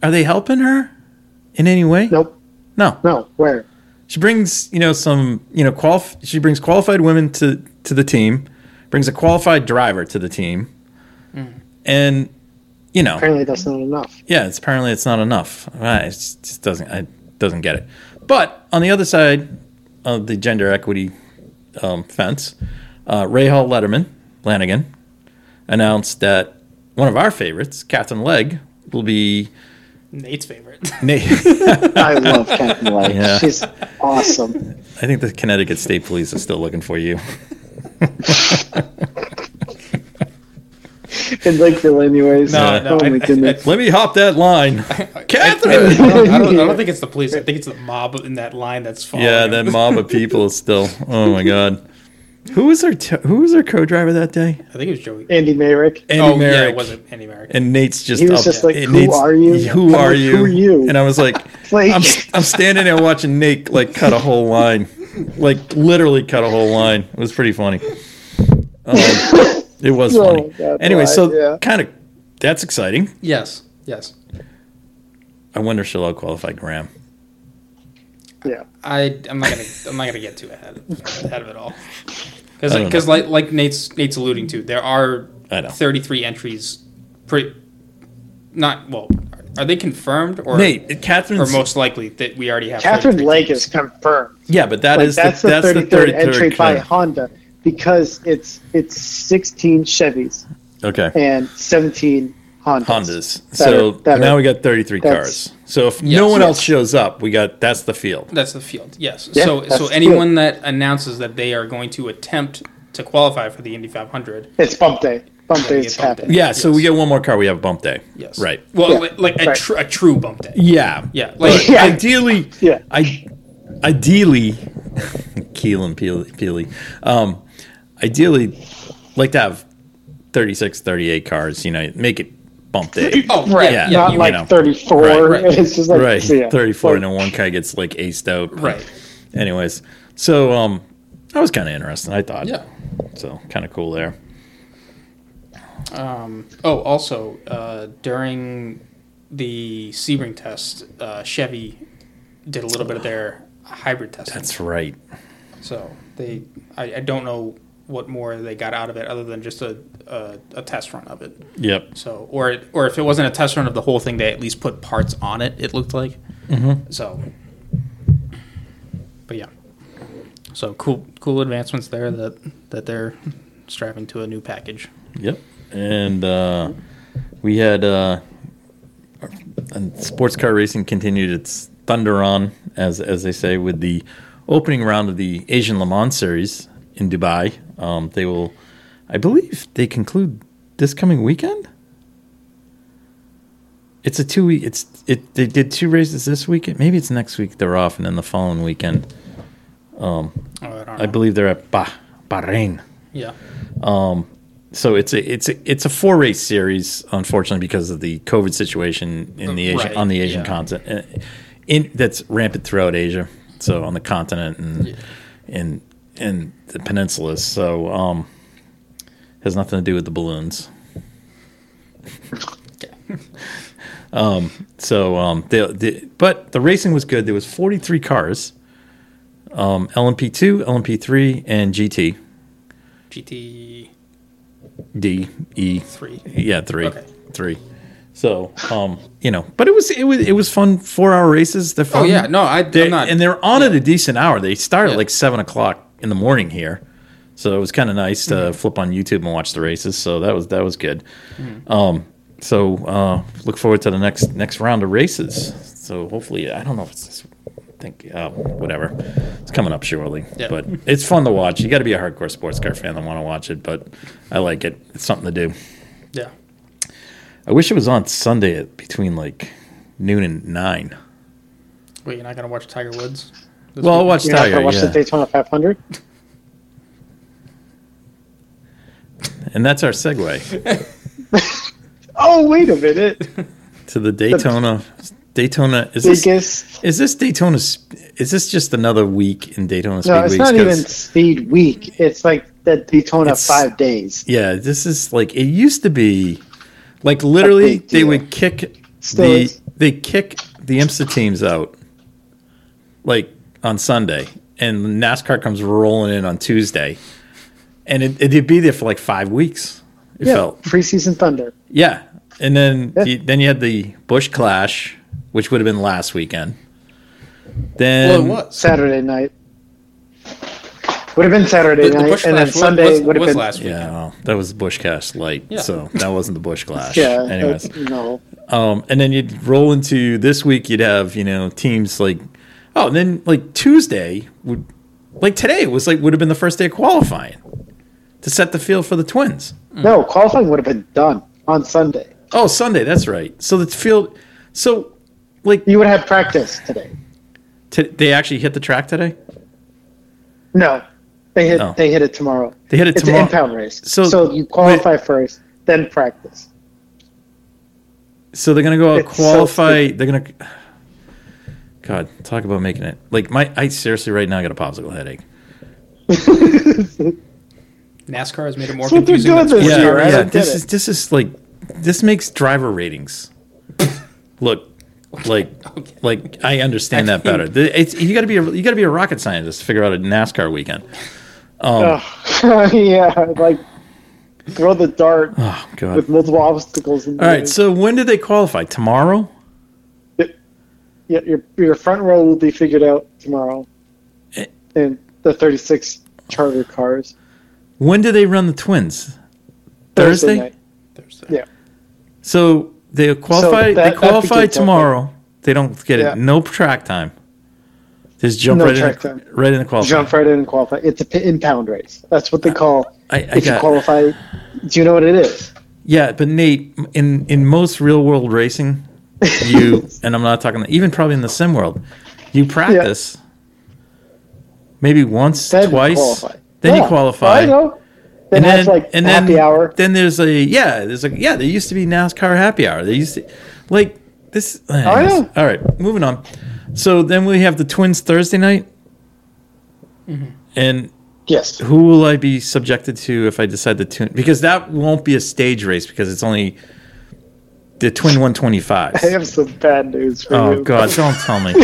C: are they helping her in any way?
D: Nope.
C: No.
D: No. Where?
C: She brings you know some you know qualif- She brings qualified women to to the team. Brings a qualified driver to the team, and you know.
D: Apparently, that's not enough.
C: Yeah, it's apparently it's not enough. Uh, It just just doesn't I doesn't get it. But on the other side of the gender equity um, fence, uh, Ray Hall Letterman Lanigan announced that one of our favorites, Captain Leg, will be
A: Nate's favorite.
C: Nate.
D: I love Captain Light.
C: Yeah.
D: She's awesome.
C: I think the Connecticut State Police is still looking for you.
D: In Lakeville, anyways.
A: No, no,
D: oh
A: I-
D: my goodness.
C: Let me hop that line,
A: Oh, I,
C: Catherine.
A: don't, I, don't, I don't think it's the police. I think it's the mob in that line that's following.
C: yeah,
A: her.
C: that mob of people is still. Oh my God, who was our t- who was our co-driver that day?
A: I think it was Joey.
D: Andy Mayrick.
C: Andy
A: oh yeah,
C: Merrick.
A: it wasn't Andy Merrick.
C: and Nate's just
D: He was
C: up-
D: just like,
C: and
D: "Who are you?"
C: Who
D: I'm
C: are
D: like,
C: you?
D: "Who are you?"
C: And I was like,
D: Like-
C: I'm, I'm standing there watching Nate like cut a whole line, like literally cut a whole line. It was pretty funny. Um, it was
D: Oh,
C: funny.
D: God,
C: anyway,
D: right,
C: so
D: yeah.
C: kind of that's exciting.
A: yes, yes.
C: I wonder if she'll outqualify Graham.
D: Yeah.
A: I I'm not gonna I'm not gonna get too ahead ahead of it all. Because
C: I don't
A: because like like Nate's Nate's alluding to, there are
C: I know.
A: 33 entries. Pretty not well. Are they confirmed or
C: Nate, Catherine's.
A: or most likely that we already have?
D: Catherine
A: 33
D: Lake
A: teams?
D: is confirmed.
C: yeah, but that
D: Like,
C: is
D: that's,
C: the,
D: the,
C: that's
D: 33rd
C: the 33rd
D: entry by
C: claim.
D: Honda because it's it's 16 Chevys
C: Okay.
D: and 17 Hondas.
C: Hondas.
D: That
C: so
D: are- that
C: now
D: are-
C: we got 33
D: that's-
C: cars. So if
A: Yes.
C: no one
A: Yes.
C: else shows up, we got that's the field.
A: That's the field. Yes.
D: Yeah,
A: so
D: that's
A: so
D: the
A: anyone that announces that they are going to attempt to qualify for the Indy 500.
D: It's bump day. Bump
A: Yeah,
D: days
A: yeah, bump
D: happen.
A: day.
C: Yeah, so
A: Yes.
C: we get one more car. We have a bump day.
A: Yes.
C: Right.
A: Well,
D: Yeah.
A: li- like a,
D: Right.
A: tr- a true bump day.
C: Yeah.
A: Yeah.
C: But
A: Like
D: Yeah.
C: ideally,
D: Yeah.
C: I ideally, Keelan Peely, Peely um, ideally, like to have 36, 38 cars. You know, make it bump day.
A: oh
D: Right.
A: Yeah.
D: Not
A: you
D: like
C: know.
D: 34.
C: Right,
A: right.
D: It's just like
C: right,
D: yeah.
C: thirty-four,
D: Like,
C: and then one guy gets like aced out.
A: Right.
C: Anyways, so um, that was kind of interesting. I thought.
A: Yeah.
C: So kind of cool there.
A: Um, oh, also uh, during the Sebring test, uh, Chevy did a little bit of their hybrid testing.
C: That's right.
A: so they, I, I don't know what more they got out of it other than just a, a, a test run of it.
C: Yep.
A: So, or or if it wasn't a test run of the whole thing, they at least put parts on it. It looked like. So, but yeah, so cool cool advancements there that that they're striving to a new package.
C: Yep. And uh, we had uh, and sports car racing continued its thunder on, as as they say, with the opening round of the Asian Le Mans Series in Dubai. Um, they will, I believe, they conclude this coming weekend. It's a two week. It's it. They did two races this weekend. Maybe it's next week they're off, and then the following weekend.
A: Oh, I don't know.
C: I believe they're at bah, Bahrain.
A: yeah.
C: Um, so it's a it's a it's a four race series, unfortunately, because of the COVID situation in the Asia,
A: Right,
C: on the Asian
A: yeah.
C: continent, uh, in that's rampant throughout Asia. So on the continent and and and the peninsulas. So um, has nothing to do with the balloons. um, so um, they, they, but the racing was good. There was forty three cars, um, LMP two, LMP three, and GT
A: GT
C: D E
A: three.
C: Yeah, three,
A: Okay.
C: three. So, um, you know, but it was it was it was fun. Four hour races. They're fun.
A: Oh yeah, no, I,
C: they're,
A: I'm not.
C: and they're on at a decent hour. They start at
A: Yeah.
C: like seven o'clock in the morning here, so it was kind of nice to
A: Mm-hmm.
C: flip on YouTube and watch the races. So that was that was good.
A: Mm-hmm.
C: Um, so uh, look forward to the next next round of races. So hopefully, I don't know if it's this. I think uh, whatever, it's coming up shortly.
A: Yeah.
C: But it's fun to watch. You got to be a hardcore sports car fan to want to watch it, but I like it. It's something to do.
A: yeah.
C: I wish it was on Sunday at between like noon and nine.
A: Wait, you're not gonna watch Tiger Woods? this
C: Well, I'll
A: weekend?
C: watch
D: You're not
C: Tiger,
D: gonna watch the
C: yeah.
D: Daytona 500.
C: and that's our segue
D: Oh wait a minute!
C: to the Daytona. Daytona is this
D: Biggest?
C: is this Daytona? sp- Is this just another week in Daytona Speed
D: No, it's
C: Weeks?
D: not
C: 'Cause-
D: even Speed Week. It's like the Daytona
C: It's-
D: five days.
C: Yeah, this is like it used to be. Like literally,
D: big
C: they
D: deal.
C: would kick
D: Still
C: the
D: is.
C: they kick the IMSA teams out, like on Sunday, and NASCAR comes rolling in on Tuesday, and it, it'd be there for like five weeks. It
D: Yeah,
C: felt
D: preseason thunder.
C: yeah, and then
D: Yeah.
C: You, then you had the Bush Clash, which would have been last weekend. Then
A: Well, it was.
D: Saturday night. Would have been Saturday
A: The- the
D: night,
A: Bush
D: and
A: Clash
D: then
A: was-
D: Sunday
A: was-
D: would have
A: was
D: been
A: last week.
C: Yeah, well, that was Bush Clash light,
A: Yeah.
C: so that wasn't the Bush Clash.
D: yeah. uh,
C: Anyways,
D: no,
C: Um, and then you'd roll into this week. You'd have you know teams like oh, and then like Tuesday would like today was like would have been the first day of qualifying to set the field for the Twins.
D: no qualifying would have been done on Sunday.
C: Oh, Sunday, that's right. So the field, so like
D: You would have had practice today.
C: t- they actually hit the track today.
D: No, they hit
C: No.
D: they hit it tomorrow.
C: They hit it
D: it's
C: tomorrow.
D: an impound race,
C: So-
D: so, you qualify first, then practice.
C: So they're gonna go out
D: It's so
C: qualify. they're gonna. God, talk about making it like my. I seriously right now got a popsicle headache.
A: NASCAR has made it more
D: That's what they're
A: confusing.
D: doing
A: than
D: this
A: sports.
D: year.
C: yeah,
D: Sure, I
C: yeah.
D: don't get
C: This
D: it.
C: is this is like this makes driver ratings look like like I understand that better. The- It's you got to be a, you got to be a rocket scientist to figure out a NASCAR weekend. Um,
D: yeah, like throw the dart
C: Oh God!
D: with multiple obstacles. In the
C: All right. So when did they qualify? Tomorrow,
D: yeah, your your front row will be figured out tomorrow,
C: Eh.
D: and the thirty six charter cars
C: when do they run the Twins? Thursday?
D: night.
A: Thursday.
D: Yeah,
C: So they qualify.
D: So that-
C: they
D: that
C: qualify
D: begins that
C: tomorrow. They don't get
D: Yeah.
C: it. No track time. Just jump
D: No
C: right in.
D: track
C: the-
D: time.
C: Right in the qualifying.
D: jump right in and qualify. It's an impound race. That's what they call.
C: I, I
D: if you
C: got-
D: qualify, do you know what it is?
C: Yeah, but Nate, in in most real world racing, you and I'm not talking even probably in the sim world, you practice maybe once,
D: Then you
C: twice,
D: qualify.
C: then you
D: Yeah,
C: qualify,
D: I know. Then
C: and
D: that's
C: then
D: like
C: and
D: happy
C: then,
D: hour.
C: Then there's a yeah, there's like yeah, there used to be NASCAR happy hour. They used to like this. anyways.
D: know.
C: All right, moving on. So then we have the Twins Thursday night,
D: Mm-hmm.
C: and
D: Yes.
C: who will I be subjected to if I decide to tune? Because that won't be a stage race because it's only the twin one twenty five.
D: I have some bad news for you.
C: Oh God! Don't tell me.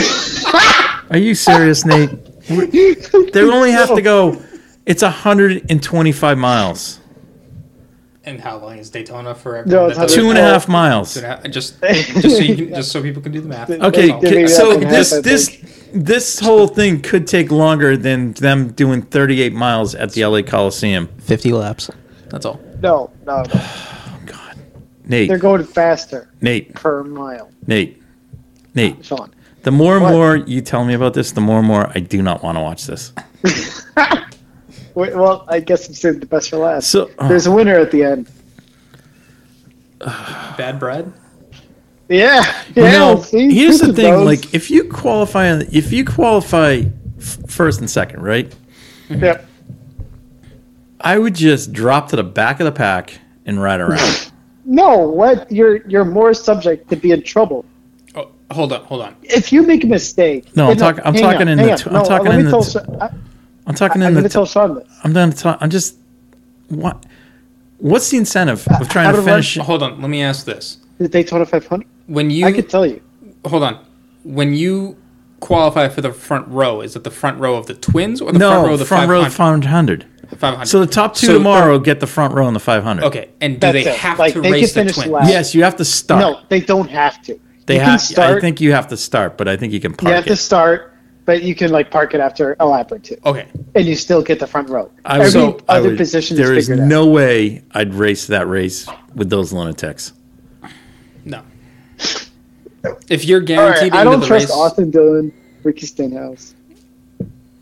C: Are you serious, Nate? They only have to go. It's hundred and twenty five miles,
A: And how long is Daytona for
D: No,
A: everyone?
D: it's
A: that
C: two and a half miles.
A: doesn't- and Just, just so you can, just so people can do the math.
C: Okay,
D: That's giving
C: ca-
D: me
C: so
D: that in
C: this
D: half, I
C: this this whole thing could take longer than them doing thirty eight miles at the LA Coliseum.
A: fifty laps. That's all.
D: No, no, no.
C: Nate,
D: They're going faster
C: Nate,
D: per mile,
C: Nate, Nate.
D: Sean.
C: The more and
D: What?
C: more you tell me about this, the more and more I do not want to watch this.
D: Wait, well, I guess I'm saving the best for last.
C: So oh,
D: There's a winner at the end.
A: Bad bread.
D: Yeah.
C: you
D: Yeah.
C: know,
D: see?
C: here's the
D: Who
C: thing:
D: knows?
C: like if you qualify, if you qualify f- first and second, right?
D: Yep.
C: I would just drop to the back of the pack and ride around.
D: No, what? You're you're more subject to be in trouble.
A: Oh, hold on, hold on.
D: If you make a mistake.
C: No, I'm
D: Hey,
C: talking- I'm
D: hang
C: talking
D: on,
C: in
D: hang
C: the
D: on.
C: tw- I'm
D: No,
C: talking
D: let
C: in
D: me
C: the
D: tell
C: tw-
D: Sean- I,
C: I'm talking
D: am
C: in
D: going
C: the.
D: to
C: T-
D: tell Sean this.
C: I'm done. Ta- I'm just. What? What's the incentive of trying
D: how
C: to
D: to run-
C: finish?
A: Hold on. Let me ask this:
D: The Daytona 500.
A: When you
D: I could tell you.
A: hold on, when you qualify for the front row, is it the front row of the Twins or the front row
C: No,
A: of the
C: front row, front hundred.
A: five hundred?
C: So the top two
A: So- uh,
C: tomorrow get the front row in the five hundred.
A: Okay, and do they
D: That's it.
A: have
D: Like,
A: to
D: they
A: race
D: can
A: the
D: finish
A: Twins?
D: last.
C: Yes, you have to start.
D: No, they don't have to.
C: they
D: you can
C: have.
D: start,
C: I think you have to start, but I think you can park
D: you have
C: it.
D: to start, but you can like park it after a lap or two,
A: Okay,
D: and you still get the front row.
C: I
D: Every
C: would, I
D: other
C: would-
D: position
C: There
D: is
C: is
D: figured out.
C: no way I'd race that race with those lunatics.
A: no. If you're
D: All right,
A: guaranteed
D: I
A: into
D: don't
A: the
D: trust
A: race,
D: Austin Dillon, Ricky Stenhouse.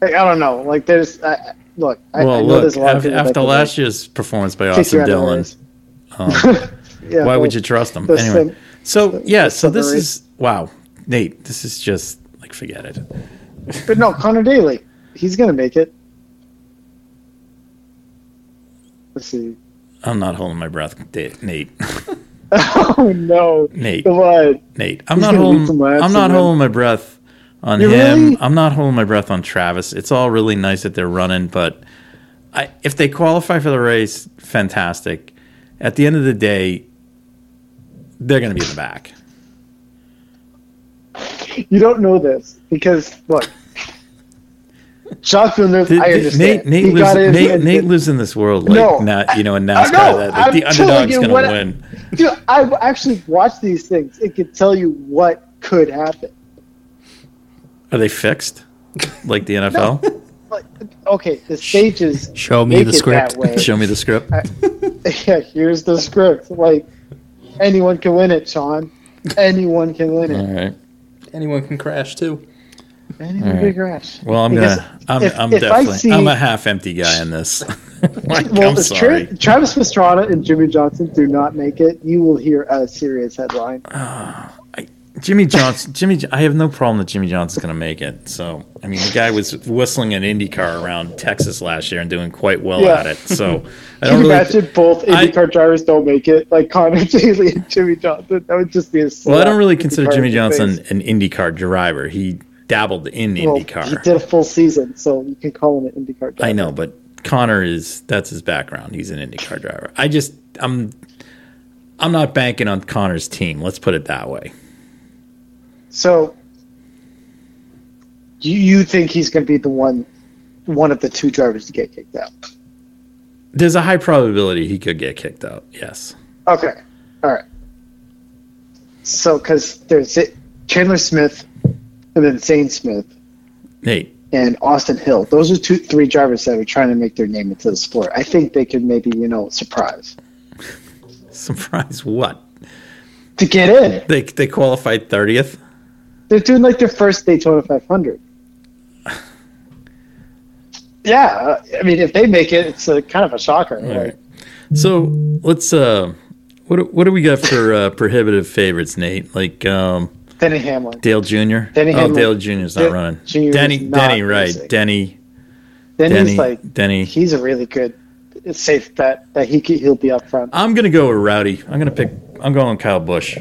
D: Like, I don't know. Like there's, I, I- look, I,
C: Well,
D: I know
C: look
D: there's a lot of
C: af-
D: people
C: after
D: that could,
C: last year's performance by
D: like, kick you
C: Austin
D: out of the
C: Dillon, um,
D: race. yeah,
C: Why would
D: well,
C: you trust them?
D: the
C: Anyway,
D: sim-
C: so yeah, so this
D: separate-
C: is wow, Nate. This is just like forget it.
D: But no, Connor Daly, he's gonna make it. Let's see.
C: I'm not holding my breath, Da- Nate.
D: Oh no!
C: Nate.
D: Come on.
C: Nate, I'm
D: He's
C: not
D: gonna lead
C: holding.
D: some laps
C: I'm not
D: and then-
C: holding my breath on
D: You
C: him.
D: really?
C: I'm not holding my breath on Travis. It's all really nice that they're running, but I, if they qualify for the race, fantastic. At the end of the day, they're going to be in the back.
D: You don't know this because look, Jacques Villeneuve.
C: Th-
D: I
C: th-
D: understand.
C: Nate, Nate,
D: He
C: lives,
D: got in
C: Nate,
D: and-
C: Nate lives in this world like
D: No,
C: not, you know in
D: I
C: NASCAR
D: know,
C: that like, the
D: I'm telling
C: underdog's
D: you
C: going to
D: what-
C: win.
D: Dude, I've actually watched these things. It could tell you what could happen.
C: Are they fixed like the NFL?
D: Like, okay, the stages
A: Show me
D: make
A: the
D: it that
A: script.
D: way.
C: Show me the script.
D: yeah, here's the script. Like anyone can win it, Sean. Anyone can win
C: all
D: it.
C: right.
A: Anyone can crash too.
D: Anyone can crash.
C: Well, I'm
D: Because
C: gonna. I'm,
D: if-
C: I'm
D: if I
C: definitely.
D: see-
C: I'm a half-empty guy in this. like,
D: Well,
C: I'm
D: if
C: sorry.
D: Tra- Travis Pastrana and Jimmy Johnson do not make it, you will hear a serious headline.
C: Jimmy Johnson. Jimmy. Jo- I have no problem that Jimmy Johnson's going to make it. So I mean, the guy was whistling an IndyCar around Texas last year and doing quite well
D: Yeah.
C: at it. So I
D: Can
C: don't
D: you
C: really.
D: imagine both
C: I-
D: IndyCar drivers don't make it? Like Connor Daly and Jimmy Johnson. That would just be a
C: well, I
D: slap
C: don't really
D: to
C: consider
D: IndyCar
C: Jimmy
D: in the
C: Johnson
D: face.
C: an IndyCar driver. He dabbled in
D: Well,
C: IndyCar.
D: He did a full season, so you can call him an IndyCar driver.
C: I know, but Connor is that's his background. He's an IndyCar driver. I just I'm I'm not banking on Connor's team. Let's put it that way.
D: So you, you think he's going to be the one, one of the two drivers to get kicked out?
C: There's a high probability he could get kicked out. Yes.
D: Okay, all right. So because there's it, Chandler Smith, and then Zane Smith
C: Nate,
D: and Austin Hill. Those are two, three drivers that are trying to make their name into the sport. I think they could maybe you know surprise
C: surprise what?
D: to get in.
C: They they qualified 30th.
D: They're doing like their first Daytona 500. Yeah, I mean, if they make it, it's a kind of a shocker. Like,
C: So, let's uh what do- what do we got for uh, prohibitive favorites, Nate? Like um
D: Denny Hamlin.
C: Dale Jr.
D: Denny
C: oh,
D: Hamlin.
C: Dale Jr.'s not
D: Dale
C: running.
D: Jr. is
C: Denny
D: not
C: Denny, right.
D: racing.
C: Denny
D: Then
C: Denny
D: he's like,
C: Denny.
D: he's a really good safe bet that he could, he'll be up front.
C: I'm going to go with Rowdy. I'm going to pick I'm going Kyle Busch.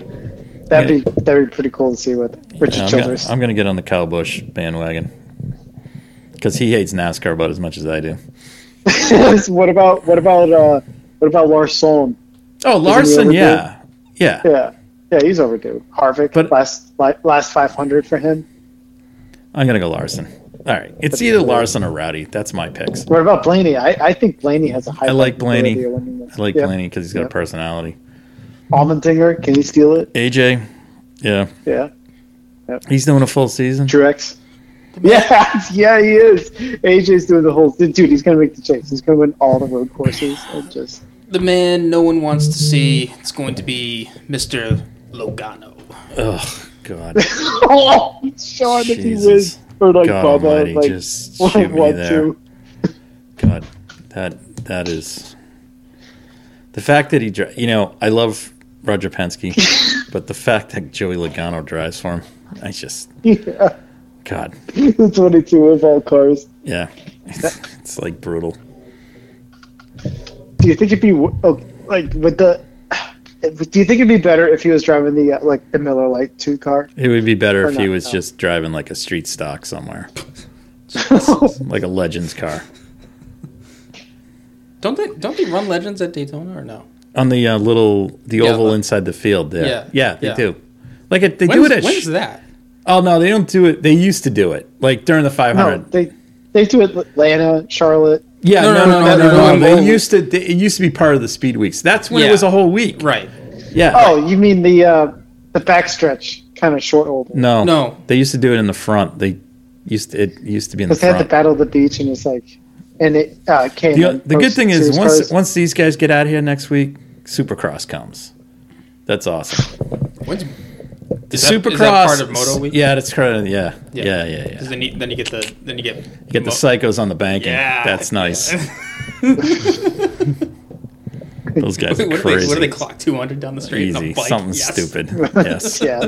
D: That'd be that'd be pretty cool to see with Richard
C: Yeah, I'm
D: Childress.
C: Gonna, I'm gonna get on the Kyle Busch bandwagon because he hates NASCAR about as much as I do. Oh,
D: what about what about uh, what about Lars Solm?
C: Oh, Larson,
D: overdo it?
C: yeah, yeah,
D: Yeah, yeah, he's overdue. Harvick
C: But-
D: last li- last five hundred for him.
C: I'm gonna go Larson. All right, it's either Larson or Rowdy. That's my picks.
D: What about Blaney? I, I think Blaney has a high.
C: I like
D: probability
C: Blaney.
D: of winning this.
C: I like
D: Yeah.
C: Blaney because he's got
D: Yeah.
C: a personality.
D: Allmendinger, can he steal it?
C: AJ, yeah,
D: Yeah,
C: he's doing a full season.
D: Truex. Yeah, yeah, he is. AJ's doing the whole dude. He's gonna make the chase. He's gonna win all the road courses and just
A: The man no one wants to see. It's going to be Mr. Logano.
C: Oh God,
D: oh, Sean, if he
C: Jesus.
D: wins or like
C: God
D: Bubba,
C: Almighty,
D: like
C: just
D: like,
C: shoot me
D: what
C: there.
D: to?
C: God, that that is the fact that he, dri- you know, I love Roger Penske, but the fact that Joey Logano drives for him, I just
D: Yeah,
C: God,
D: the twenty-two of all cars.
C: yeah, it's, it's like brutal.
D: Do you think it'd be wo- oh, like with the? Do you think it'd be better if he was driving the uh, like the Miller Lite two car?
C: It would be better
D: Or
C: if he
D: not,
C: was
D: no.
C: just driving like a street stock somewhere,
D: I
C: like a Legends car.
A: Don't they don't they run legends at Daytona or no?
C: On the uh, little the
A: Yeah,
C: oval
A: but-
C: inside the field there.
A: Yeah,
C: Yeah, they
A: yeah.
C: do. Like it, they do
A: When's,
C: it at.
A: when's
C: Sh-
A: that?
C: oh no, they don't do it. They used to do it like during the
D: no,
C: 500.
D: they they do it Atlanta, Charlotte.
C: Yeah,
A: No,
C: no,
A: no,
C: no,
A: no,
C: no,
A: no,
C: no.
A: no, no,
C: They
A: no.
C: used to. They, it used to be part of the speed weeks. That's when
A: Yeah.
C: it was a whole week.
A: Right.
C: Yeah.
D: Oh, you mean the uh, the backstretch kind of short old? one.
C: No,
A: No.
C: They used to do it in the front. They used to, it used to be in the
D: Because they had the
C: front.
D: Battle of the Beach, and it's like, and it uh, came.
C: The, the good thing is once
D: once
C: once these guys get out of here next week, Supercross comes. That's awesome.
A: When's
C: The
A: Is that- is that
C: Supercross.
A: part of Moto Week?
C: Yeah, that's kind of yeah, yeah, yeah, yeah.
A: 'cause Then you, then you get the then you get
C: You get the psychos on the banking.
A: Yeah.
C: that's nice. Those guys
A: Wait,
C: are
A: what, are they,
C: crazy.
A: what do they clock? 200 down the street? on
C: Easy,
A: a bike?
C: something
A: Yes.
C: stupid. Yes,
D: yeah.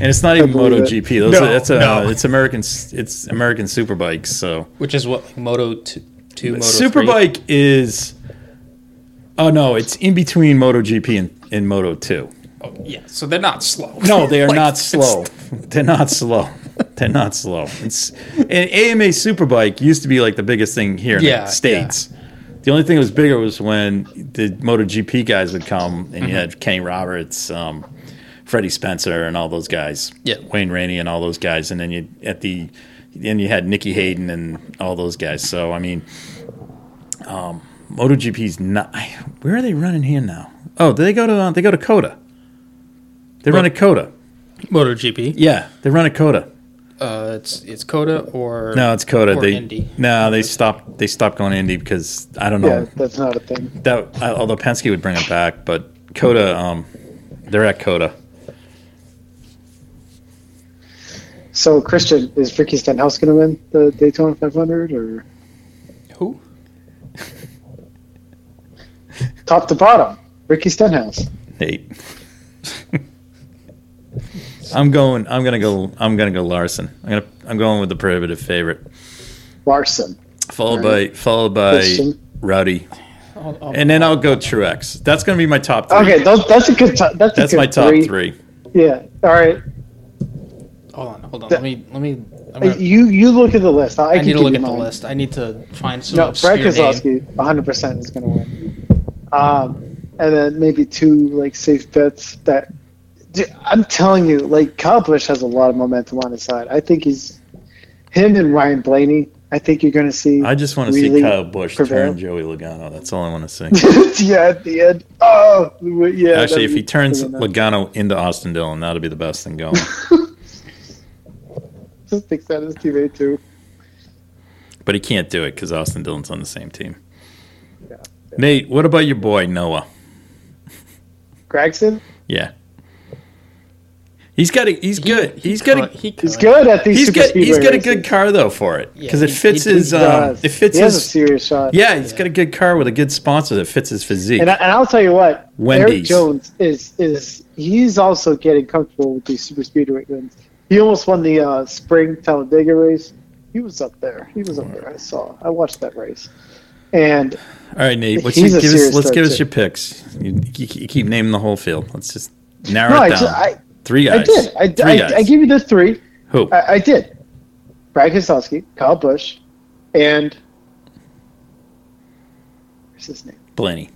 C: and it's not even
D: believe it.
C: MotoGP. Those
A: No,
C: are, that's a
A: no.
C: it's American s- it's American Superbikes. So
A: Which is what, like, Moto 2, two Moto 3?
C: Superbike is oh no, it's in between MotoGP and, and Moto Two.
A: Oh, yeah, so they're not slow.
C: No, they are
A: Like,
C: not
A: it's-
C: slow. They're not slow. They're not slow. It's and AMA Superbike used to be like the biggest thing here in
A: Yeah,
C: the states. The only thing that was bigger was when the MotoGP guys would come, and you had Kenny Roberts, um, Freddie Spencer, and all those guys.
A: Yeah.
C: Wayne Rainey and all those guys, and then you at the then you had Nikki Hayden and all those guys. So I mean, um, MotoGP's not. Where are they running here now? Oh, they go to uh, they go to Coda. They run
A: Ro-
C: a Coda.
A: Moto GP.
C: Yeah, they run a Coda.
A: Uh, it's, it's Coda or.
C: No, it's Coda.
A: Or
C: they
A: Indy.
C: no, they stopped. They stopped going to Indy because I don't
D: Yeah,
C: know
D: that's not a thing.
C: that. uh, Although Penske would bring it back, but Coda, um, they're at Coda.
D: So, Christian, is Ricky Stenhouse going to win the Daytona 500 or
A: Who?
D: top to bottom? Ricky Stenhouse.
C: Nate. I'm going. I'm gonna go. I'm gonna go Larson. I'm gonna. I'm going with the prohibitive favorite,
D: Larson.
C: followed by followed by
D: Christian.
C: Rowdy,
A: Oh, oh,
C: and then I'll go Truex. That's gonna be my top three.
D: Okay, those, that's a good. To- that's a
C: That's
D: good
C: my top three.
D: Yeah. All right.
A: hold on, hold on.
D: The-
A: let me, let me. I'm
D: Uh,
A: gonna,
D: You you look at the list. I,
A: I
D: can
A: need to
D: give
A: look
D: you
A: at the
D: mine.
A: list. I need to find some
D: No, Brad
A: obscure name.
D: Keselowski, 100 percent is going to win. Um, and then maybe two like safe bets that. Dude, I'm telling you, like Kyle Busch has a lot of momentum on his side. I think he's him and Ryan Blaney. I think you're going to see.
C: I just want to
D: really
C: see Kyle Busch
D: prevail.
C: turn Joey Logano. That's all I want to see.
D: yeah, at the end. Oh, w- yeah. that'd
C: Actually, if
D: be
C: he turns
D: really nice.
C: Logano into Austin Dillon, that'll be the best thing going.
D: just thinks that his teammate too.
C: but he can't do it because Austin Dillon's on the same team. Nate, what about your boy Noah?
D: Gregson,
C: Yeah, he's got a, he's good. He's got a,
A: He
D: he's
A: could.
D: good at these.
C: Uh, he's
D: super
C: got he's
D: speedway
C: got a
D: races.
C: good car though for it
A: Yeah,
C: because it
A: he-
C: fits
A: he-
C: his
A: he
C: um,
D: does.
C: it fits
D: he has a
C: his
D: serious shot.
C: yeah he's got a good car with a good sponsor that fits his physique.
D: And, I, and I'll tell you what, Eric
C: Wendy's.
D: Jones is is he's also getting comfortable with these super speedway wins. He almost won the uh, spring Talladega race. He was up there. He was up there. I saw. I watched that race. And
C: All right, Nate, what's
D: He's
C: your,
D: a
C: give us,
D: serious
C: let's
D: threat,
C: give us
D: too.
C: your picks. You, you, you keep naming the whole field. Let's just narrow
D: no,
C: it
D: I,
C: down.
D: just, I,
C: three
D: I
C: guys.
D: did. I,
C: Three
D: I,
C: guys.
D: I gave you the three.
C: Who?
D: I, I did. Brad Keselowski, Kyle Busch, and what's his name?
C: Blaney.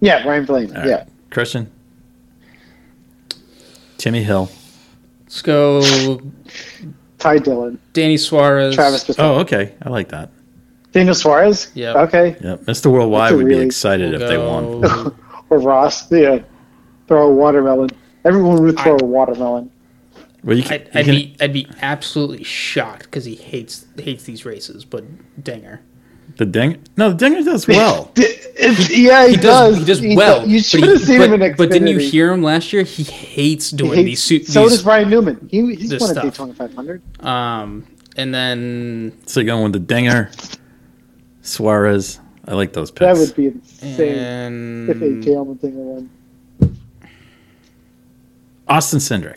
D: Yeah, Ryan Blaney.
C: All right.
D: yeah.
C: Christian. Timmy Hill.
D: Oh.
A: Let's go
D: Ty Dillon,
A: Danny Suarez.
D: Travis Pastrana.
C: Oh, okay. I like that.
D: Daniel Suarez?
A: Yeah.
D: Okay.
C: Yeah, Mr. Worldwide
D: That's a
C: would
D: really-
C: be excited
A: We'll
C: if they won.
A: go-
D: Or Ross. Yeah. Throw a watermelon. Everyone would throw a watermelon.
C: Well, you can,
A: I'd,
C: you
A: I'd
C: can-
A: be I'd be absolutely shocked because he hates hates these races. But Dinger,
C: the ding. No, the dinger does well.
D: It's- yeah, he, does.
A: he does well.
D: you
A: but
D: should
A: he-
D: have seen
A: but,
D: him in Xfinity.
A: But didn't you hear him last year? He hates
D: He
A: doing
D: hates-
A: these, su-
D: so
A: these
D: does Ryan Newman. He, he's
A: this
D: won a
A: stuff.
D: Daytona 500.
A: um. And then
C: So you're going with the dinger, Suarez. I like those
D: That
C: picks.
D: would be insane if
A: and
D: AJ Allman thing won.
C: Austin Cindric.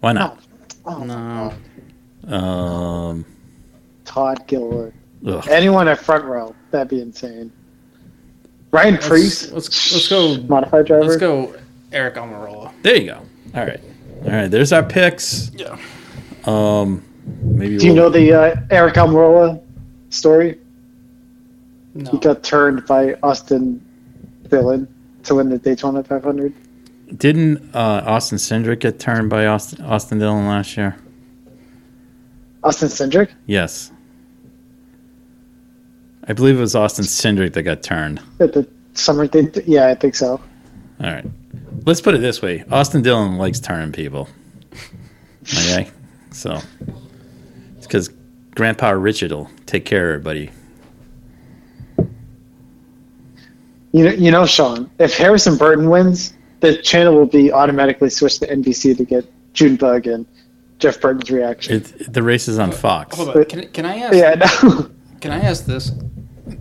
C: Why not?
D: Oh,
A: no,
C: Um,
D: Todd Gilroy.
C: ugh.
D: Anyone at front row. That'd be insane. Ryan
A: let's,
D: Priest,
A: let's let's go
D: modified driver.
A: let's go Eric Almirola.
C: There you go. All right. All right. There's our picks.
A: Yeah.
C: Um, maybe
D: Do you
C: we'll-
D: know the uh, Eric Almirola story?
A: No,
D: He got turned by Austin Dillon to win the Daytona 500.
C: Didn't uh, Austin Cindric get turned by Austin, Austin Dillon last year?
D: Austin Cindric?
C: Yes. I believe it was Austin Cindric that got turned.
D: At the summer thing? Yeah, I think so.
C: All right. Let's put it this way Austin Dillon likes turning people. Okay? so, it's because Grandpa Richard will take care of everybody.
D: You know, you know, Sean, if Harrison Burton wins, the channel will be automatically switched to NBC to get June Bug and Jeff Burton's reaction.
C: It, the race is on Fox.
A: hold on. Can, can I ask?
D: yeah, no.
A: Can I ask this?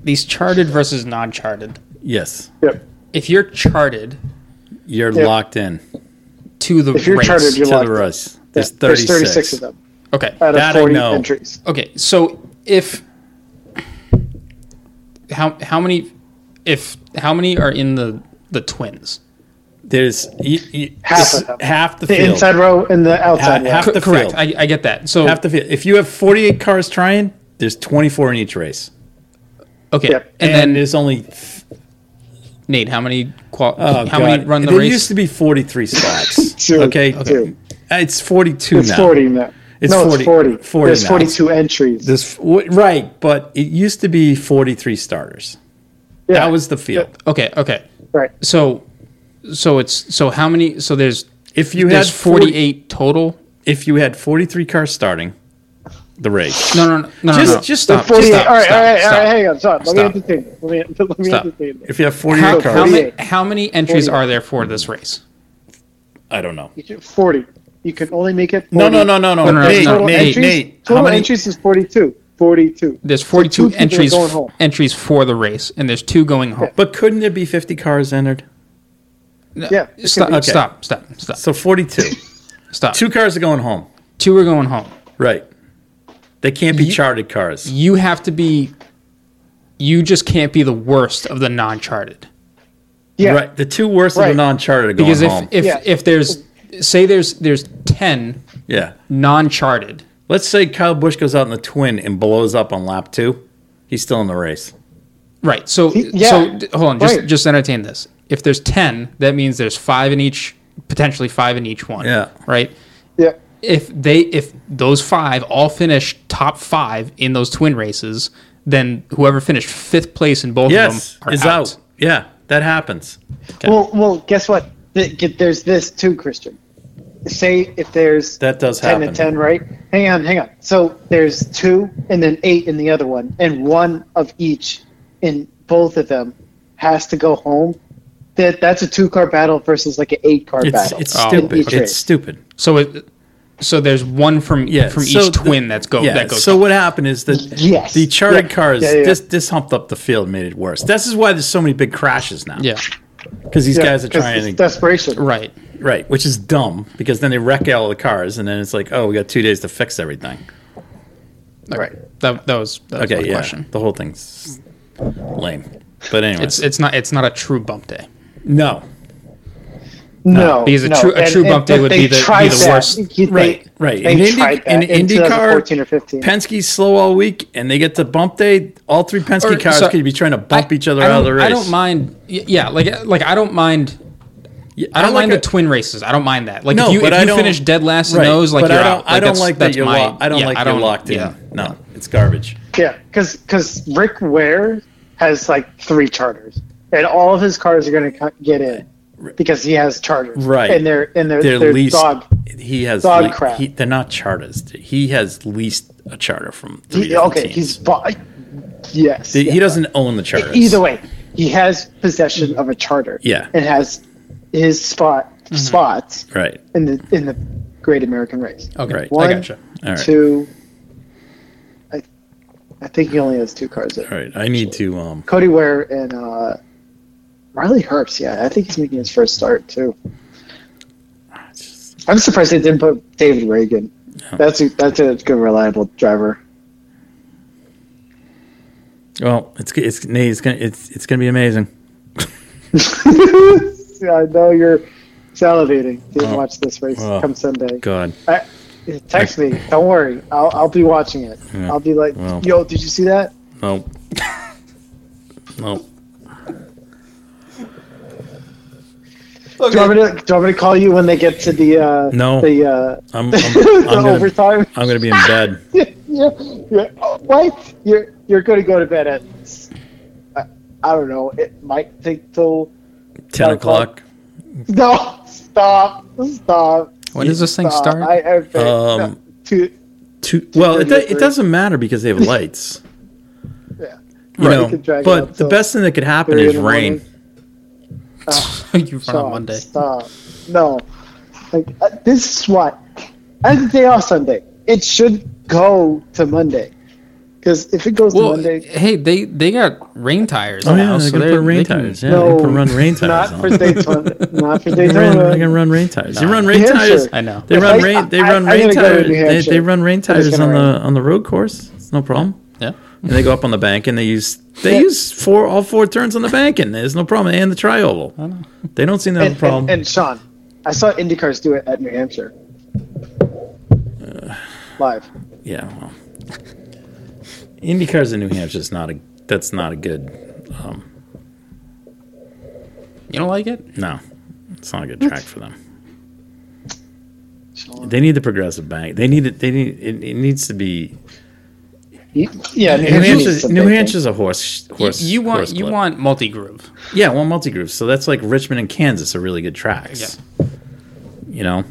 A: These charted versus non-charted.
C: Yes,
D: Yep.
A: If you're charted
C: you're
D: Yeah.
C: locked in
A: to the
D: If you're
A: race,
D: charted, you're
C: to
D: locked.
C: the
D: in.
C: race. There's
D: Yeah,
C: 36.
D: There's 36 of them
A: okay,
D: out
C: That
D: of
C: I
D: 40
C: know.
D: entries.
A: Okay, so if how how many if how many are in the the twins?
C: There's you, you,
D: Half of them.
C: half the
D: The
C: field.
D: inside row and the outside row.
C: half-
A: Co-
C: the
A: correct.
C: field.
A: I, I get that. So
C: half the field. If you have 48 cars trying, there's 24 in each race.
A: okay,
D: Yep.
A: and,
C: And,
A: then
C: there's only
A: Nate, how many qual-
C: oh,
A: how
C: God.
A: many run the
C: there
A: race?
C: used to be 43 spots.
D: Two.
C: okay, Uh,
D: Two.
C: it's 42
D: It's
C: now.
D: 40 now.
C: It's
D: no,
C: 40.
D: it's 40.
C: 40
D: There's
C: now.
D: 42 entries.
C: This w- right, but it used to be 43 starters.
D: yeah,
C: That was the field.
A: okay, okay.
D: right.
A: So so it's so how many? So there's
C: If you had
A: there's
C: 40
A: forty eight total.
C: if you had 43 cars starting the race,
A: No, no, no, no,
C: Just-
A: no.
C: just
A: stop.
D: 48.
A: stop,
D: all right,
A: stop,
D: all right, all
A: stop.
D: right. Hang on. Stop. Let
A: Stop.
D: me entertain. Let me, let me
A: Stop.
D: entertain.
C: if you have 48
A: How,
C: cars,
A: how many,
D: 48.
A: how many entries
D: 48.
A: are there for this race?
C: I don't know.
D: You can- 40. You can only make it 40.
C: No, no, no, no, no,
A: No, no, no,
C: Nate,
A: no,
D: Total,
C: Nate,
D: entries,
C: Nate.
D: total
C: how many?
D: entries is 42. 42.
A: There's 42
D: people are
A: entries
D: going home.
A: entries for the race, and there's two going home.
C: But couldn't there be 50 cars entered?
A: No,
D: Yeah, it
A: stop,
D: can
C: be-
A: stop, stop, stop,
C: So 42.
A: stop.
C: Two
A: Two,
C: cars are going home.
A: two are going home.
C: Right. They can't be
A: You-
C: charted cars.
A: You have to be. You just can't be the worst of the non-charted
D: Yeah.
C: Right. The two worst of
D: Right.
C: the non-charted are going
A: because
C: home.
A: if if,
D: Yeah.
A: if there's say there's there's ten
C: yeah.
A: non-charted.
C: Let's say Kyle Busch goes out in the twin and blows up on lap two. He's still in the race.
A: Right. So
D: He- yeah.
A: so d- hold on. Just
D: Right.
A: just entertain this. If there's ten, that means there's five in each, potentially five in each one.
C: Yeah.
A: Right.
D: Yeah.
A: if they if those five all finish top five in those twin races, then whoever finished fifth place in both
C: Yes,
A: of them are
C: is
A: out.
C: out. Yeah, that happens.
D: Well, well, guess what? Th- get- There's this too, Christian. Say if there's
C: That does
D: 10
C: happen.
D: and 10, right? Hang on, hang on. So there's two and then eight in the other one, and one of each in both of them has to go home. That That's a two car battle versus like an eight car
C: It's,
D: battle.
C: it's
A: Oh,
C: stupid.
D: okay.
C: It's stupid.
A: So it, so there's one from
C: Yeah,
A: from
C: so
A: each
C: the-
A: twin that's go
C: yeah.
A: Oh, that goes.
C: so what happened is that
D: Yes.
C: the charted
D: Yeah.
C: cars
D: Yeah, yeah, yeah.
C: this this humped up the field, and made it worse. This is why there's so many big crashes now.
A: yeah,
C: because these
D: Yeah,
C: guys are
D: 'cause
C: trying
D: it's
C: to
D: desperation.
A: right.
C: right, which is dumb because then they wreck all the cars, and then it's like, oh, we got two days to fix everything.
A: Right. That that was, that was
C: Okay,
A: my
C: yeah,
A: question.
C: the whole thing's lame. But anyway,
A: It's it's not it's not a true bump day.
C: no,
D: No,
A: because a
D: no.
A: true- a
D: And-
A: true
D: and-
A: bump day
D: but
A: would
D: they
A: be the- be
D: tried
A: the
D: that.
A: worst.
D: They-
C: Right, right.
D: They
C: In Indy-
D: tried
C: in
D: that in
C: IndyCar,
D: 2014 or 15.
C: Penske's slow all week, and they get to bump day. All three Penske
A: Or-
C: cars
A: so-
C: could be trying to bump each other
A: I
C: out of
A: don't-
C: the race.
A: I don't mind. y- Yeah, like like I don't mind. I don't mind
C: like
A: the twin races. I don't mind that. Like
C: No,
A: if you
C: but I
A: if you
C: don't-
A: finish dead last in
C: Right,
A: those, like
C: but
A: you're
C: I don't,
A: out.
C: I don't
A: that's-
C: like
A: that's
C: that you're.
A: my-
C: lo- I don't
A: yeah,
C: like you're locked in.
A: yeah.
C: No, it's garbage.
D: Yeah, because Rick Ware has like three charters, and all of his cars are going to get in because he has charters.
C: Right.
D: and they're and they're,
C: They're
D: they're
C: least.
D: dog.
C: He has.
D: dog
C: le-
D: crap.
C: He, they're not charters. He has leased a charter from three
D: He,
C: different
D: okay,
C: teams.
D: he's bo- yes.
C: He-
D: yes.
C: he doesn't own the charters.
D: Either way, he has possession of a charter.
C: Yeah. Mm-hmm.
D: and has his spot spots
C: Right.
D: in the in the Great American Race.
A: Okay,
C: Right.
A: I
D: One,
A: gotcha.
C: All right.
D: Two. I, I think he only has two cars there.
C: All right. I need to. Um.
D: Cody Ware and uh, Riley Herbst. Yeah, I think he's making his first start too. I'm surprised they didn't put David Reagan. That's a, that's a good reliable driver.
C: Well, it's it's Nate, it's gonna it's it's gonna be amazing.
D: Yeah, I know you're salivating. Didn't
C: Oh.
D: watch this race
C: Oh.
D: come Sunday.
C: God.
D: I, text me. Don't worry. I'll I'll be watching it.
C: Yeah.
D: I'll be like,
C: Well.
D: Yo, did you see that?
C: No. no.
D: Do you, want me to, do you want me to call you when they get to the uh,
C: No.
D: the, uh,
C: I'm I'm,
D: the
C: I'm gonna,
D: overtime?
C: I'm gonna be in bed.
D: yeah, yeah. Oh, What? You're you're going to go to bed at? s- I, I don't know. It might take till.
C: Ten
D: Five
C: o'clock.
D: No, stop, stop.
A: When does this thing
D: stop.
A: start?
D: I, I, no,
C: Um,
D: two,
C: Two. Well, it, do,
D: thirty.
C: it doesn't matter because they have lights.
D: yeah.
C: You
D: Right.
C: know,
D: We could drag it up
C: but the
D: till
C: best thing that could happen
D: three in
C: is
D: the morning.
C: rain.
A: you run
D: Stop,
A: on Monday.
D: Stop. No, like uh, this is what. I have the day off Sunday. It should go to Monday. Because if it goes
A: Well,
D: to Monday,
A: hey, they they got rain tires
C: Oh
A: now,
C: yeah, they're
A: so
C: gonna
A: they're
C: put rain
A: they can-
C: tires. Yeah,
D: no,
C: they can run rain tires.
D: not
C: on.
D: for Daytona, not for
C: They run,
D: Daytona.
C: they can run rain tires. You run rain
D: Hampshire.
C: tires.
A: I know.
C: They run
D: I-
C: rain. They
D: I-
C: run
D: I'm
C: rain
D: gonna go to
C: tires.
D: New
C: They,
D: Hampshire.
C: they run rain tires
D: gonna
C: on the
D: rain.
C: on the road course. It's no problem.
A: Yeah.
C: And they go up on the bank and they use they use four all four turns on the bank and there's no problem and the trioval. They don't seem to have
D: and,
C: a problem.
D: and, and Sean, I saw IndyCars do it at New Hampshire.
C: Uh,
D: Live.
C: yeah. Well. IndyCars in New Hampshire is not a that's not a good
A: You don't like it?
C: no. It's not a good track for them.
D: Sean.
C: They need the progressive bank. They need it. They need it, it. needs to be
D: You- Yeah, New
C: New
D: Hampshire.
C: Hampshire's, New Hampshire's a horse horse.
A: you want
C: horse
A: you
C: clip.
A: want multi groove.
C: Yeah, well, multi groups. So that's like Richmond and Kansas are really good tracks. You know,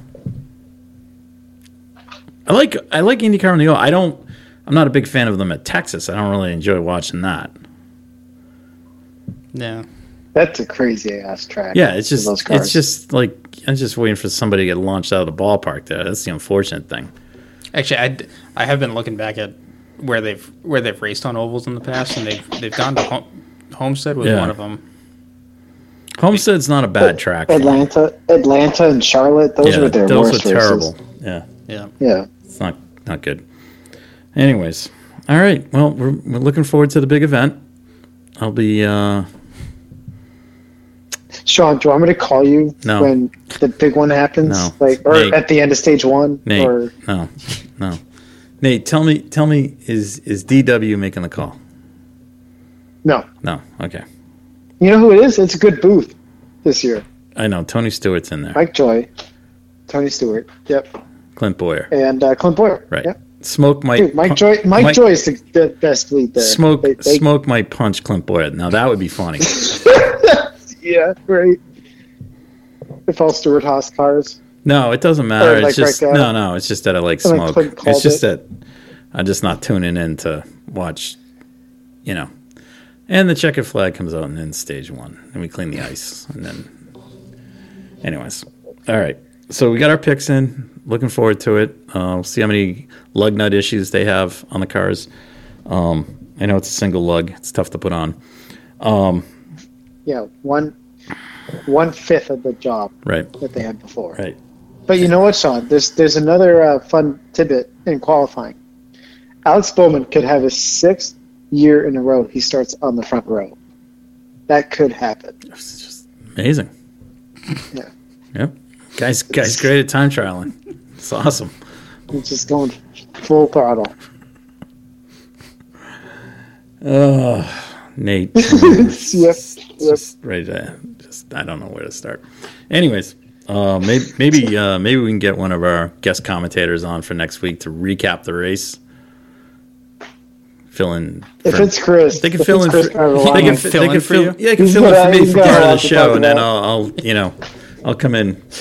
C: I like I like IndyCar on the go. I don't. I'm not a big fan of them at Texas. I don't really enjoy watching that.
A: Yeah.
D: That's a crazy ass track.
C: Yeah, it's just
D: Those cars.
C: it's just like I'm just waiting for somebody to get launched out of the ballpark. There, that's the unfortunate thing.
A: Actually, I, d- I have been looking back at where they've where they've raced on ovals in the past, and they've they've gone to home, Homestead with
C: Yeah.
A: one of them.
C: Homestead's not a bad track. for them.
D: Atlanta, Atlanta, and Charlotte. Those
C: Yeah,
D: were their
C: those
D: worst
C: were terrible.
D: races.
C: Yeah.
A: Yeah.
D: Yeah.
C: It's not not good. Anyways, all right. Well, we're, we're looking forward to the big event. I'll be uh,
D: Sean, do you want me to call you
C: No.
D: when the big one happens?
C: No.
D: Like, or
C: Nate.
D: at the end of stage one?
C: Nate.
D: Or
C: No, no, Nate. Tell me, tell me, is is DW making the call?
D: no.
C: No. Okay.
D: You know who it is? It's a good booth this year.
C: I know Tony Stewart's in there.
D: Mike Joy, Tony Stewart. Yep.
C: Clint Boyer.
D: And uh, Clint Boyer.
C: Right.
D: Yep.
C: Smoke might.
D: Dude, Mike
C: pu-
D: Joy. Mike, Joy is the, the best lead there.
C: Smoke.
D: They- they-
C: Smoke might punch Clint Boyer. Now that would be funny.
D: Yeah. Right. If all Stewart Haas cars.
C: No, it doesn't matter.
D: Or, like,
C: it's just
D: right
C: no,
D: there.
C: no. It's just that I like
D: Or, like,
C: smoke.
D: Clint
C: it's
D: called
C: just that I'm just not tuning in to watch, you know. And the checkered flag comes out, and then stage one, and we clean the ice, and then, anyways, all right. So we got our picks in. Looking forward to it. Uh, we'll see how many lug nut issues they have on the cars. Um, I know it's a single lug; it's tough to put on. Um,
D: Yeah. One. One fifth of the job
C: Right,
D: that they had before.
C: right.
D: But you know what, Sean? There's there's another uh, fun tidbit in qualifying. Alex Bowman could have his sixth year in a row. He starts on the front row. That could happen.
C: It's just amazing.
D: Yeah,
C: Yep, guys, guys, great at time trialing. It's awesome.
D: he's just going full throttle.
C: Nate.
D: Yep. yep.
C: just right uh, just I don't know where to start. Anyways, uh, maybe maybe uh, maybe we can get one of our guest commentators on for next week to recap the race. Fill in.
D: If
C: for-
D: it's Chris,
C: they can
D: if
C: fill
D: it's
C: in. For,
D: Chris
C: they can,
D: Carolano,
C: fi-
A: Fill
C: they
A: in
C: can
A: for
C: fill.
A: you?
C: Yeah, they can
D: He's
C: fill in
D: got-
C: for me
D: he's
C: for
D: got a
C: part of
D: lot
C: the
D: to
C: show,
D: talk
C: and then
D: about.
C: I'll, I'll you know I'll come in.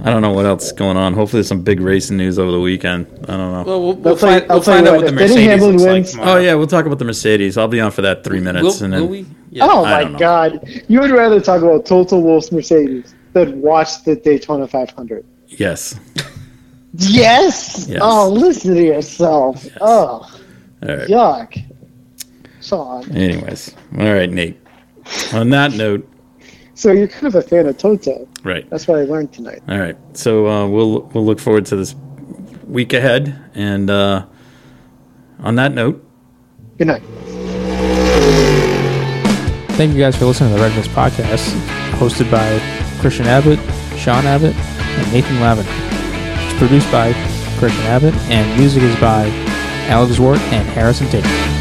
C: I don't know what else is going on. Hopefully, there's some big racing news over the weekend. I don't know.
A: Well, we'll, we'll
D: tell you-
A: find,
D: I'll
A: we'll
D: tell you
A: find out
D: what,
A: what the
D: if Denny
A: Mercedes
D: Hamlin
A: looks
D: wins-
A: like
C: Oh
A: tomorrow.
C: yeah, we'll talk about the Mercedes. I'll be on for that three minutes,
A: Will,
C: and
A: will
C: then
A: we? Yeah.
D: oh
C: I
D: my
C: don't know.
D: God, you would rather talk about Total Wolf's Mercedes than watch the Daytona 500.
C: yes.
D: Yes.
C: Yes.
D: Oh, listen to yourself. Oh,
C: All right.
D: yuck, Sean.
C: Anyways, all right, Nate. On that note,
D: So you're kind of a fan of Toto.
C: right.
D: That's what I learned tonight.
C: All right. So uh, we'll we'll look forward to this week ahead. And uh, on that note,
D: Good night.
B: Thank you guys for listening to the Red Mist Podcast, hosted by Christian Abbott, Sean Abbott, and Nathan Lavin. It's produced by Christian Abbott, and music is by Alex Wart and Harrison Tate.